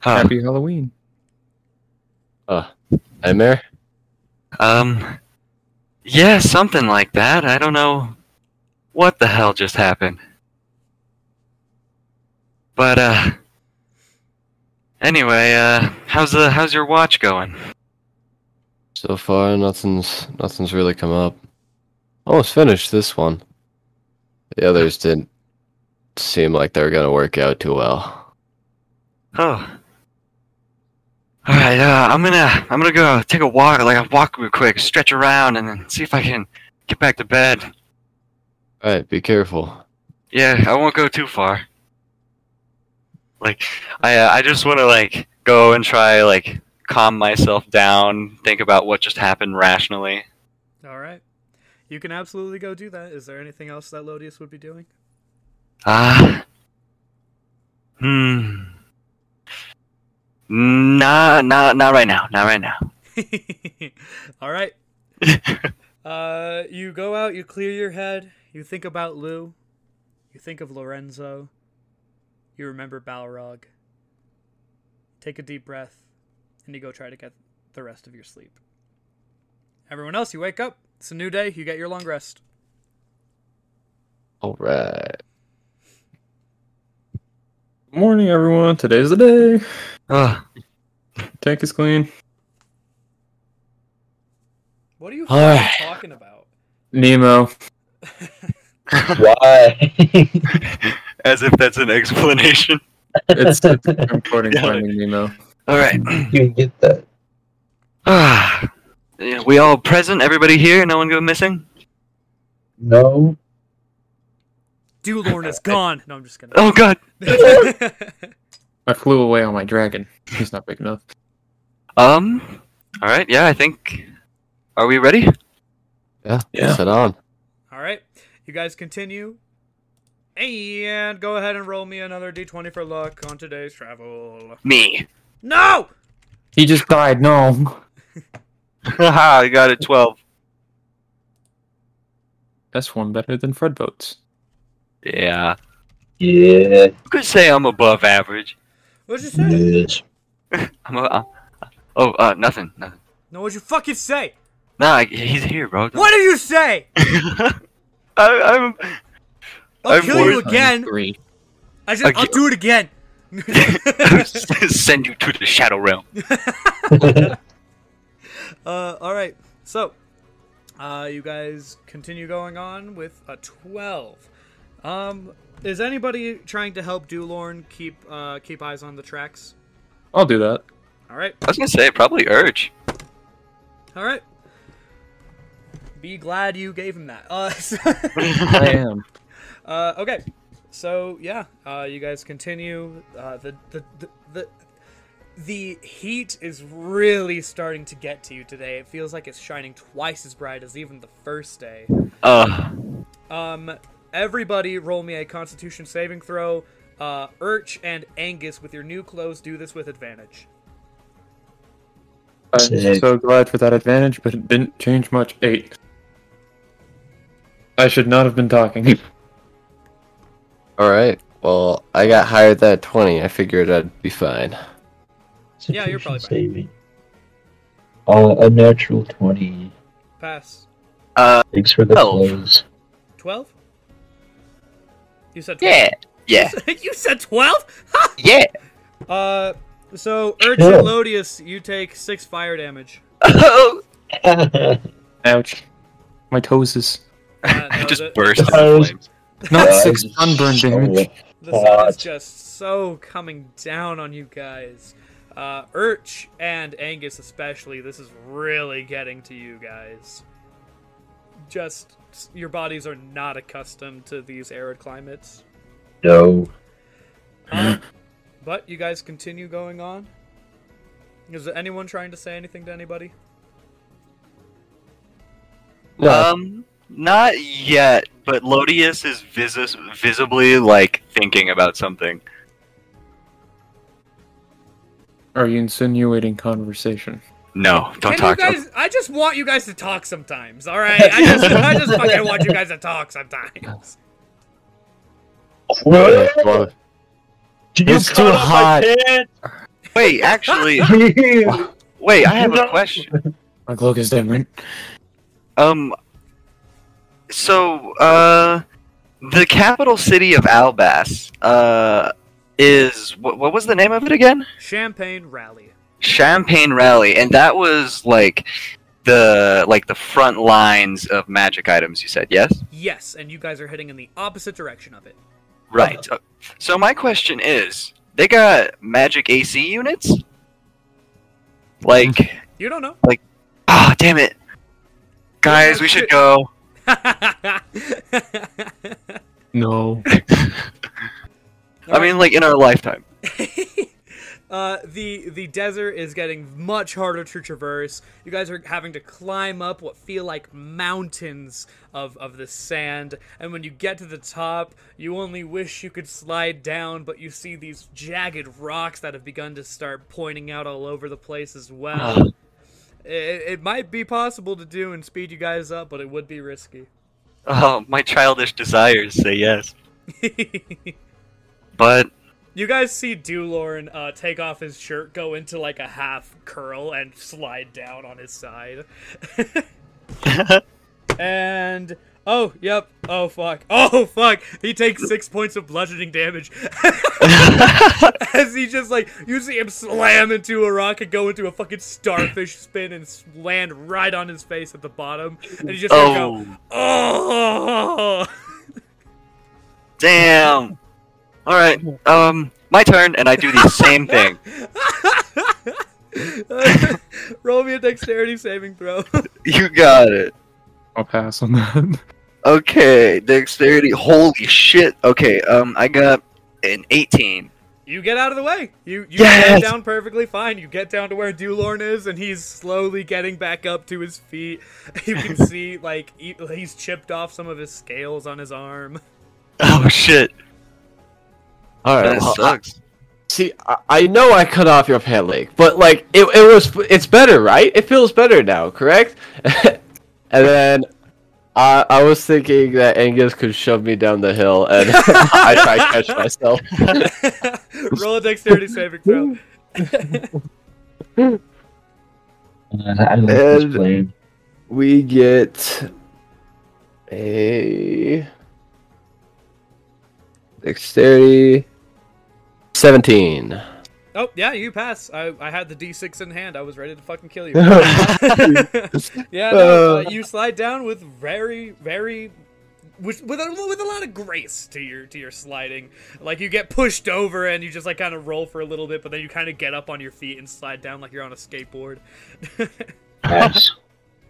F: Happy Halloween.
C: Uh, nightmare.
B: Um, yeah, something like that. I don't know what the hell just happened. But uh, anyway, uh, how's the how's your watch going?
C: So far, nothing's nothing's really come up. Almost finished this one. The others didn't seem like they were gonna work out too well.
B: Oh. All right, uh, I'm gonna I'm gonna go take a walk, like a walk real quick, stretch around, and then see if I can get back to bed.
C: Alright, be careful.
B: Yeah, I won't go too far. Like, I uh, I just want to like go and try like calm myself down, think about what just happened rationally.
A: All right. You can absolutely go do that. Is there anything else that Lodius would be doing?
B: Ah. hmm. Nah, nah, not right now. Not right now.
A: All right. uh, you go out, you clear your head, you think about Lou, you think of Lorenzo, you remember Balrog. Take a deep breath, and you go try to get the rest of your sleep. Everyone else, you wake up. It's a new day. You get your long rest.
C: Alright.
F: Good morning, everyone. Today's the day.
B: Ugh.
F: Tank is clean.
A: What are you
C: All right.
A: talking about?
F: Nemo.
D: Why?
B: As if that's an explanation.
F: It's I'm quoting
B: Yeah.
F: Finding Nemo.
B: All right.
D: you get that?
B: Ah. Yeah, we all present. Everybody here. No one go missing.
D: No.
A: Dulorn is gone. No, I'm just kidding.
B: Oh God.
F: I flew away on my dragon. He's not big enough.
B: Um. All right. Yeah, I think. Are we ready?
C: Yeah,
E: Yeah.
C: set on.
A: All right, you guys continue, and go ahead and roll me another d20 for luck on today's travel.
B: Me.
A: No,
F: He just died. No.
B: Haha, I got a 12.
F: That's one better than Fred votes.
B: Yeah.
D: Yeah.
B: You could say I'm above average.
A: What'd you say?
D: Yes.
B: I'm a, uh, oh, uh, nothing, nothing.
A: No, what'd you fucking say?
B: Nah, I- he's here, bro.
A: What do you say?
B: I, I'm.
A: I'll
B: I'm
A: kill you
B: worried.
A: again.
F: Three.
A: I said, I'll
B: Okay.
A: do it again.
B: Send you to the shadow realm.
A: Uh, all right. So, uh, you guys continue going on with a twelve. Um, is anybody trying to help Dulorn keep uh, keep eyes on the tracks?
F: I'll do that.
A: All right.
B: I was gonna say probably urge.
A: All right. Be glad you gave him that. Uh, so-
F: I am.
A: uh, okay. So yeah, uh, you guys continue. Uh, the, the the the the heat is really starting to get to you today. It feels like it's shining twice as bright as even the first day.
B: Uh,
A: Um, everybody, roll me a Constitution saving throw. Uh, Urch and Angus, with your new clothes, do this with advantage.
F: I'm
D: Sick.
F: so glad for that advantage, but it didn't change much. Eight. I should not have been talking.
C: All right. Well, I got hired that 20. I figured I'd be fine.
A: Yeah, you're probably
D: saving. Uh, a natural twenty.
A: Pass.
B: uh,
D: Thanks for the
B: Twelve.
D: clothes.
A: Twelve. You said 12?
B: yeah, yeah,
A: you said twelve.
B: yeah.
A: Uh, so Urch
D: Yeah.
A: and Lodius, you take six fire damage.
B: Oh,
F: Ouch. My toes is
A: Uh, no,
B: just
A: the,
B: burst into
D: Guys.
B: flames.
F: not
D: Guys. Oh,
F: six sunburn damage.
A: the sun is
D: Hot.
A: just so coming down on you guys. Uh, Urch and Angus, especially, this is really getting to you guys. Just your bodies are not accustomed to these arid climates.
D: no.
A: Um, but you guys continue going on. Is anyone trying to say anything to anybody?
C: No,
B: Um, not yet, but Lodius is vis- visibly like thinking about something.
F: Are you insinuating conversation?
B: No, don't
A: Can
B: talk
A: you
B: to
A: guys? I just want you guys to talk sometimes. All right, I just, I just fucking want you guys to talk sometimes.
C: yeah, well,
D: Did
C: It's too
D: cut off my
C: hot.
D: pants?
B: him. Wait, actually, wait, I have a question.
F: My cloak is different.
B: Um. So, uh, the capital city of Albas, uh, is what, what was the name of it again?
A: Champagne rally.
B: Champagne Rally, and that was like the like the front lines of magic items. You said yes,
A: Yes, and you guys are heading in the opposite direction of it.
B: right? Uh, So my question is, they got magic AC units? Like,
A: You don't know.
B: ah, damn it, guys, we should go.
F: No.
B: I mean, like in our lifetime.
A: uh, the the desert is getting much harder to traverse. You guys are having to climb up what feel like mountains of of the sand, and when you get to the top, you only wish you could slide down, but you see these jagged rocks that have begun to start pointing out all over the place as well. It, it might be possible to do and speed you guys up, but it would be risky.
B: Oh, my childish desires say yes, but
A: You guys see Dulorn uh, take off his shirt, go into like a half curl, and slide down on his side. and oh, yep. Oh fuck. Oh fuck. He takes six points of bludgeoning damage as he just like you see him slam into a rock and go into a fucking starfish spin and s- land right on his face at the bottom, and he just like, go,
B: oh.
A: oh.
B: Damn. All right. Um, my turn, and I do the same thing.
A: Roll me a dexterity saving throw.
B: You got it.
F: I'll pass on that.
B: Okay, dexterity. Holy shit. Okay. Um, I got an 18.
A: You get out of the way. You you
B: Yes!
A: get down perfectly fine. You get down to where Dulorn is, and he's slowly getting back up to his feet. You can see like he, he's chipped off some of his scales on his arm.
B: Oh shit.
C: all right.
B: That
C: well, I-
B: sucks.
C: see, I, I know I cut off your pant leg, but like it, it was, it's better, right? It feels better now, correct? and then I I was thinking that Angus could shove me down the hill, and I try to catch myself.
A: Roll a dexterity saving throw.
D: Uh, I like
C: And-
D: this plan.
C: We get a dexterity seventeen.
A: Oh yeah, you pass. I, I had the D6 in hand. I was ready to fucking kill you. yeah, no, uh, you slide down with very, very, with with a, with a lot of grace to your to your sliding. Like you get pushed over and you just like kind of roll for a little bit, but then you kind of get up on your feet and slide down like you're on a skateboard.
D: Nice.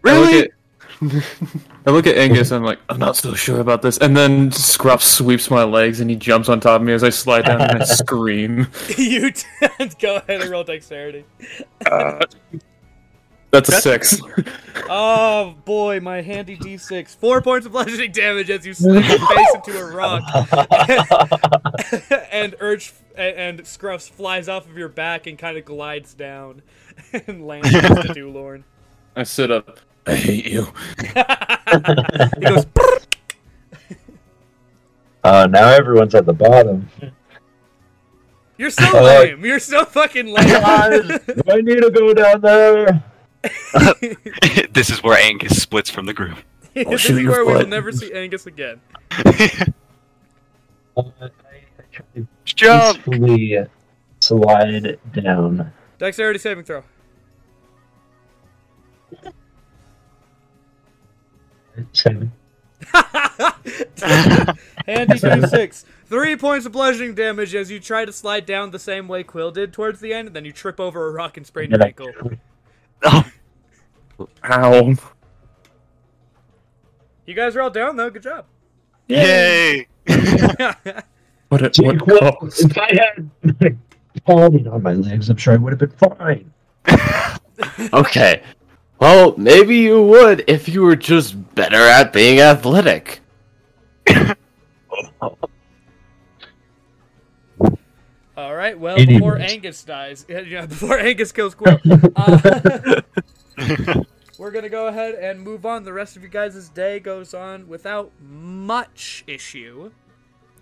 F: I look at, I look at Angus and I'm like, I'm not so sure about this. And then Scrop sweeps my legs and he jumps on top of me as I slide down and I scream.
A: you t- go ahead and roll dexterity.
F: That's a six.
A: Oh boy, my handy D6. Four points of bludgeoning damage as you slam your face into a rock, and urge and, and Scruffs flies off of your back and kind of glides down and lands next to Lorne.
F: I sit up. I hate you.
A: He goes, "Brrr."
D: Uh, now everyone's at the bottom.
A: "You're so lame. You're so fucking lame."
D: I need to go down there.
B: this is where Angus splits from the group.
A: this
F: shoot
A: is
F: your
A: where we will
F: foot.
A: never see Angus again.
D: Uh, I I try to
B: Jump!
D: peacefully slide down.
A: Dexterity saving throw.
D: Seven.
A: Handy D6. Three points of bludgeoning damage as you try to slide down the same way Quill did towards the end, and then you trip over a rock and sprain your
D: Yeah.
A: ankle.
F: Ow.
A: You guys are all down though. Good job.
B: Yay!
F: What at what
D: Well,
F: cost?
D: if I had falling on my legs, I'm sure I would have been fine.
C: Okay. Well, maybe you would if you were just better at being athletic.
A: All right. Well,
D: Eighty
A: before
D: minutes.
A: Angus dies, yeah, before Angus kills Quill, uh, we're gonna go ahead and move on. The rest of you guys' day goes on without much issue.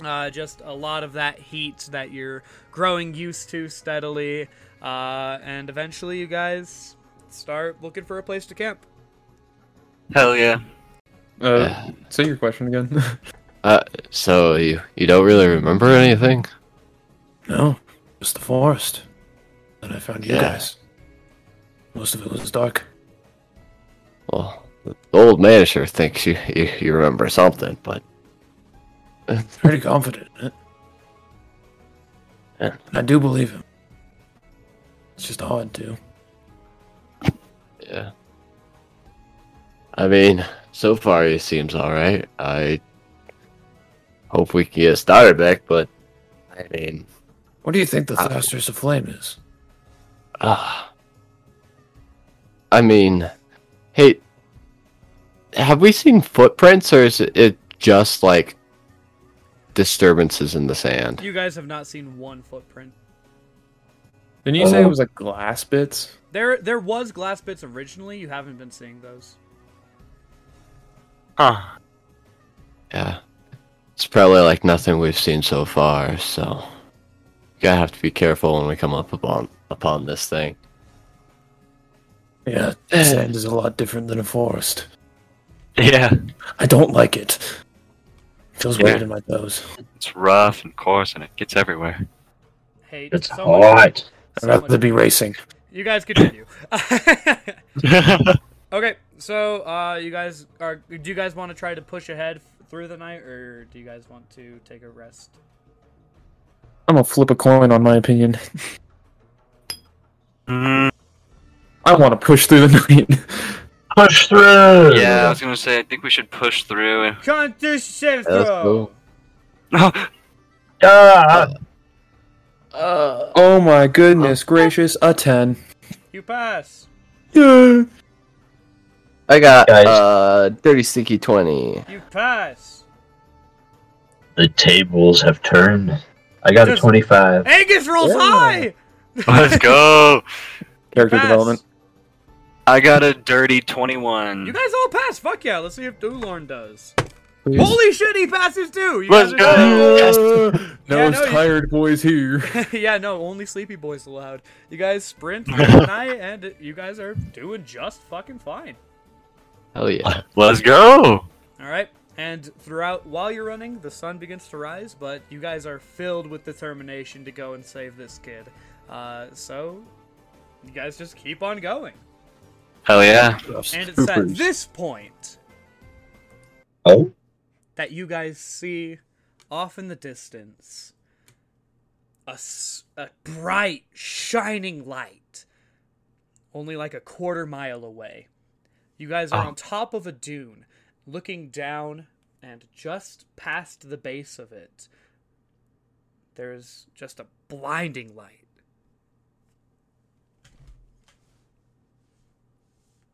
A: Uh, just a lot of that heat that you're growing used to steadily, uh, and eventually you guys start looking for a place to camp.
B: Hell yeah.
F: Uh, say your question again.
C: Uh, So you you don't really remember anything?
E: No, just the forest. And I found you
C: Yeah.
E: guys. Most of it was dark.
C: Well, the old man sure thinks you you, you remember something, but
E: Pretty confident in it.
C: Yeah.
E: And I do believe him. It's just hard to.
C: yeah. I mean, so far he seems all right. I hope we can get started back, but I mean,
E: What do you think the
C: Uh,
E: Thraster's of Flame is?
C: ah. I mean, hey, have we seen footprints, or is it just like disturbances in the sand?
A: You guys have not seen one footprint.
F: Didn't you say it was like glass bits?
A: There, there was glass bits originally. You haven't been seeing those.
B: Huh.
C: Yeah. It's probably like nothing we've seen so far, so gotta have to be careful when we come up upon upon this thing.
E: Yeah, sand is a lot different than a forest.
B: Yeah.
E: I don't like it. Feels
B: Yeah.
E: weird in my toes.
B: It's rough and coarse and it gets everywhere.
A: Hate.
D: It's
A: so much-
D: hot.
E: I'd
A: so
E: rather
A: much-
E: be racing.
A: You guys continue.
B: yeah,
A: okay, so uh, you guys are. Do you guys want to try to push ahead f- through the night, or do you guys want to take a rest?
F: I'm gonna flip a coin on my opinion. I want to push through the night.
D: Push through.
B: I was gonna say, I think we should push through.
A: Constitution
C: Yeah, let's go.
A: throw.
D: Ah,
C: Uh,
F: Oh my goodness gracious, a 10.
A: You pass.
F: Yeah.
C: I got
D: Guys.
C: uh dirty stinky twenty.
A: You pass.
D: the tables have turned. I got a
A: Just-
D: 25.
A: Angus rolls
F: Yeah.
A: high.
B: Let's go!
F: Character
A: Pass.
F: development.
B: I got a dirty 21.
A: You guys all pass. Fuck yeah. Let's see if Ulorn does.
F: Please.
A: Holy shit, he passes too. You
B: Let's
A: guys are doing
B: go!
F: no
A: Yeah,
F: one's
A: no, you-
F: tired, boys. Here.
A: yeah, no, only sleepy boys allowed. You guys sprint, I, and you guys are doing just fucking fine.
C: Hell yeah.
B: Let's go!
A: All right. And throughout, while you're running, the sun begins to rise, but you guys are filled with determination to go and save this kid. Uh, so, you guys just keep on going.
B: Hell yeah.
A: And it's at this point
D: Oh,
A: that you guys see off in the distance a, s- a bright, shining light, only like a quarter mile away. You guys
F: Ah.
A: are on top of a dune, looking down, and just past the base of it, there's just a blinding light.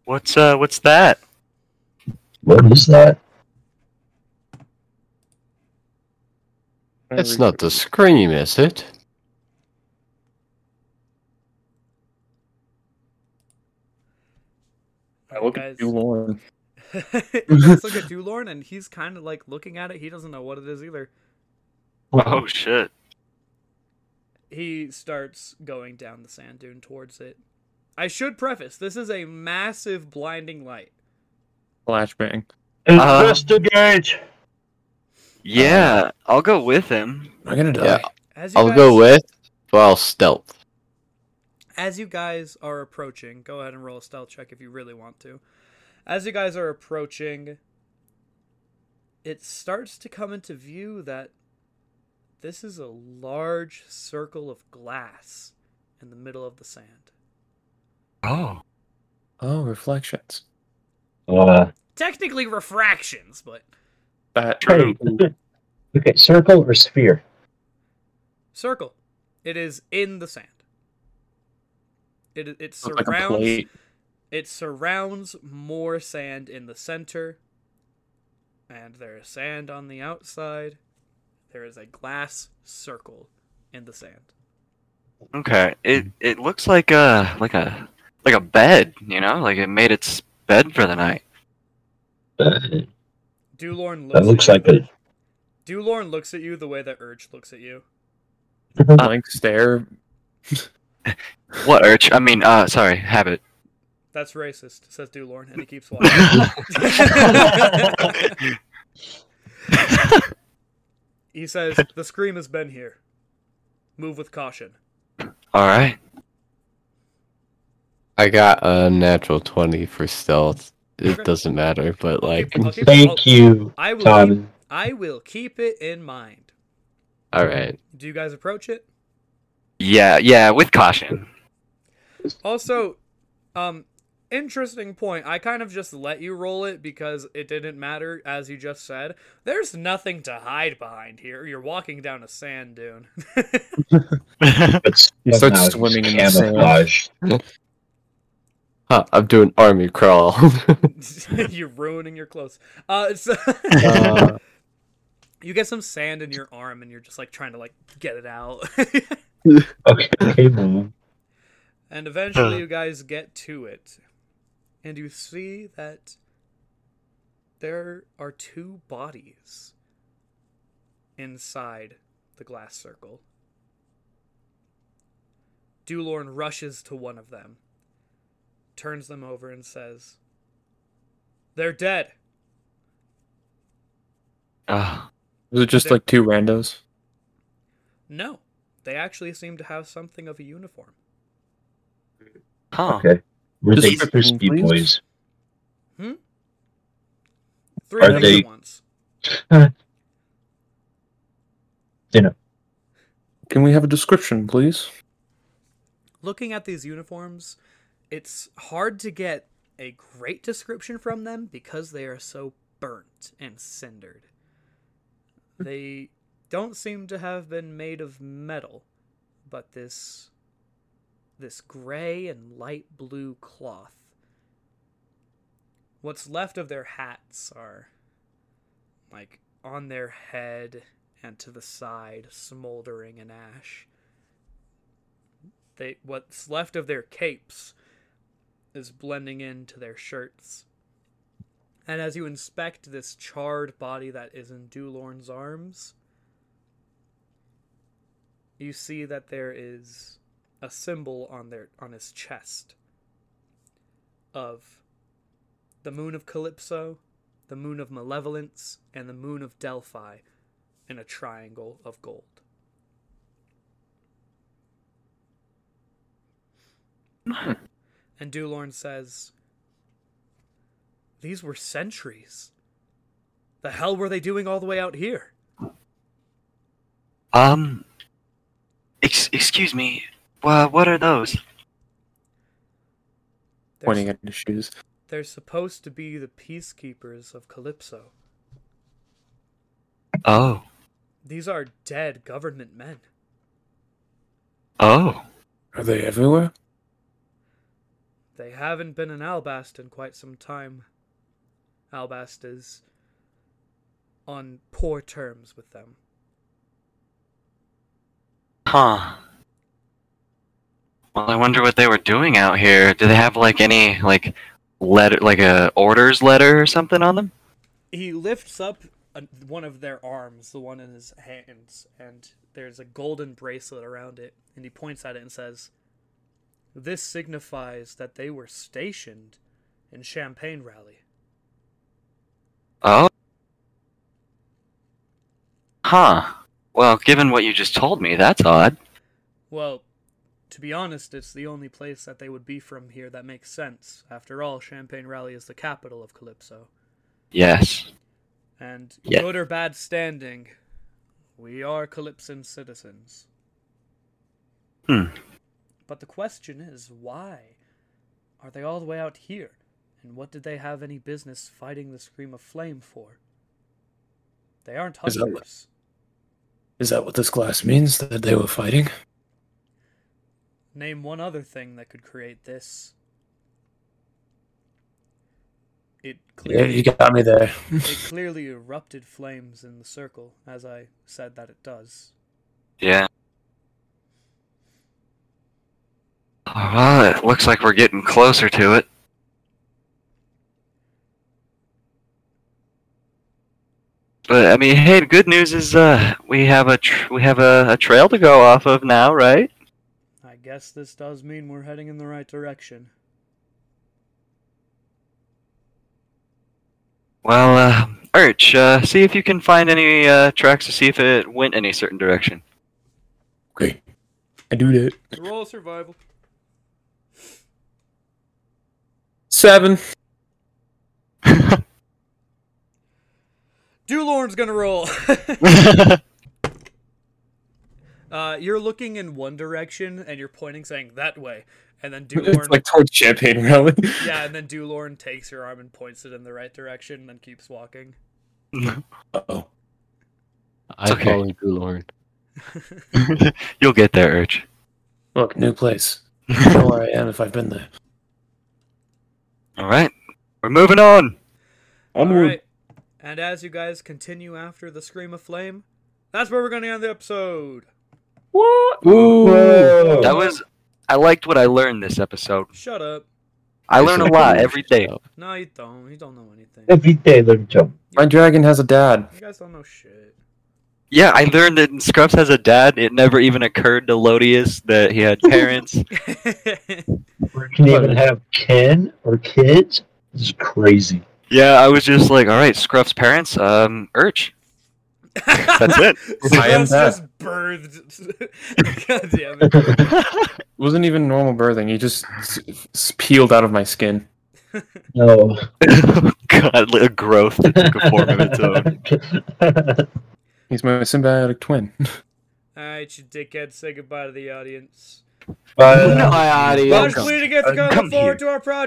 B: What's uh what's that?
D: what is that?
C: It's not the scream, is it?
F: I look at
A: Guys-
F: you, Lauren.
A: Let's look at Dulorn, and he's kind of like looking at it. He doesn't know what it is either.
B: Oh shit.
A: he starts going down the sand dune towards it. I should preface this is a massive blinding light.
F: Flashbang.
B: Uh,
D: Investigate.
B: Yeah, I'll go with him.
E: Am I gonna die?
C: Yeah.
A: As you
C: I'll
A: guys,
C: go with, but I'll stealth.
A: As you guys are approaching, go ahead and roll a stealth check if you really want to. As you guys are approaching, it starts to come into view that this is a large circle of glass in the middle of the sand.
B: Oh.
F: Oh, reflections.
D: Uh,
A: Technically refractions, but
F: That
B: True.
D: okay, circle or sphere?
A: circle. It is in the sand. It it
F: sounds like a
A: surrounds
F: plate.
A: It surrounds more sand in the center, and there is sand on the outside. There is a glass circle in the sand.
B: Okay. It it looks like a like a like a bed, you know? Like it made its bed for the night.
D: Uh,
A: Dulorn looks.
D: that looks
A: at
D: like
A: you.
D: a.
A: Dulorn looks at you the way that Urge looks at you.
F: Blank stare.
B: What urch? I mean, uh sorry, habit.
A: That's racist, says Dulorn, and he keeps walking. he says, "The scream has been here. Move with caution."
B: All right.
C: I got a natural 20 for stealth.
A: Okay.
C: It doesn't matter, but like,
A: I'll keep- I'll-
D: Thank you,
A: I will. Keep,
D: Tom.
A: I will keep it in mind.
C: alright.
A: Do you guys approach it?
B: Yeah, yeah, with caution.
A: Also, um, interesting point. I kind of just let you roll it because it didn't matter, as you just said. There's nothing to hide behind here. You're walking down a sand dune.
B: Uh,
D: But
F: He starts
D: somehow
F: swimming
D: he's
F: in the sand.
D: camouflaged.
C: Huh, I'm doing army crawl.
A: You're ruining your clothes. Uh, so
C: Uh,
A: you get some sand in your arm, and you're just like trying to like get it out.
D: Okay, okay, mom.
A: And eventually, you guys get to it, and you see that there are two bodies inside the glass circle. Dulorn rushes to one of them, turns them over, and says, They're dead.
B: Oh,
F: Was it just like two randos?
A: No, they actually seem to have something of a uniform.
B: huh.
D: Okay. Were they
F: Description,
D: crispy
F: please.
D: boys?
A: Three
D: Are
A: things
D: they-
A: at once.
F: Can we have a description, please?
A: looking at these uniforms, it's hard to get a great description from them because they are so burnt and cindered. They don't seem to have been made of metal, but this this gray and light blue cloth. What's left of their hats are like on their head and to the side, smoldering in ash they what's left of their capes is blending into their shirts. And as you inspect this charred body that is in Dulorn's arms, you see that there is a symbol on their on his chest of the moon of Calypso, the moon of malevolence, and the moon of Delphi in a triangle of gold. and Dulorn says, These were sentries. The hell were they doing all the way out here?
B: Um. Ex- excuse me. Well, what are those?
A: They're,
F: pointing at his shoes.
A: they're supposed to be the peacekeepers of Calypso.
B: Oh.
A: These are dead government men.
B: Oh.
E: Are they everywhere?
A: They haven't been in Albast in quite some time. Albast is on poor terms with them.
B: Huh. Well, I wonder what they were doing out here. Do they have like any like letter, like a orders letter or something on them?
A: he lifts up a, one of their arms, the one in his hands, and there's a golden bracelet around it. And he points at it and says, This signifies that they were stationed in Champagne Rally.
B: Oh. Huh. Well, given what you just told me, that's odd.
A: Well, to be honest, it's the only place that they would be from here that makes sense. After all, Champagne Rally is the capital of Calypso.
B: Yes.
A: And
B: Yeah.
A: good or bad standing, we are Calypsan citizens.
B: Hmm.
A: But the question is, why are they all the way out here? And what did they have any business fighting the Scream of Flame for? They aren't
E: Is that-
A: hunters.
E: Is that what this glass means? That they were fighting?
A: Name one other thing that could create this. It
E: Yeah,
A: clearly,
E: you got me there.
A: it clearly erupted flames in the circle, as I said that it does.
B: Yeah. Alright, looks like we're getting closer to it. But I mean, hey, the good news is uh, we have a tr- we have a, a trail to go off of now, right?
A: I guess this does mean we're heading in the right direction.
B: Well, uh, Urch, uh, see if you can find any uh, tracks to see if it went any certain direction.
E: Great. I do that.
A: Roll survival.
F: Seven.
A: Dulorn's gonna roll. uh, you're looking in one direction and you're pointing, saying that way, and then Dulorn,
F: It's like towards champagne rally.
A: yeah, and then Dulorn takes your arm and points it in the right direction, and then keeps walking.
E: Uh-oh.
C: I
B: okay.
C: follow you, Lauren.
B: You'll get there, Urch.
E: Look, new place. I know where I am if I've been there.
B: All right, we're moving on.
A: All right. And as you guys continue after the scream of flame, that's where we're gonna end the episode.
D: Whoa.
B: That was. I liked what I learned this episode.
A: Shut up.
B: I learn a lot every day.
A: No, you don't. You don't know anything.
D: Every day, let me jump.
F: My dragon has a dad.
A: You guys don't know shit.
B: Yeah, I learned that Scrubs has a dad. It never even occurred to Lodius that he had parents.
D: We can even have kin or kids. This is crazy.
B: yeah, I was just like, all right, Scruff's parents, um, Urch. That's it.
F: I am
A: That's just birthed. God damn it.
F: wasn't even normal birthing. He just s- s- peeled out of my skin.
D: No.
B: God, a growth that took a Oh. form of its own.
F: He's my symbiotic twin.
A: All right, you dickhead, say goodbye to the audience.
D: But,
B: audience.
A: Much pleasure to get to
B: Uh,
A: go.
B: come
A: Look forward to our project.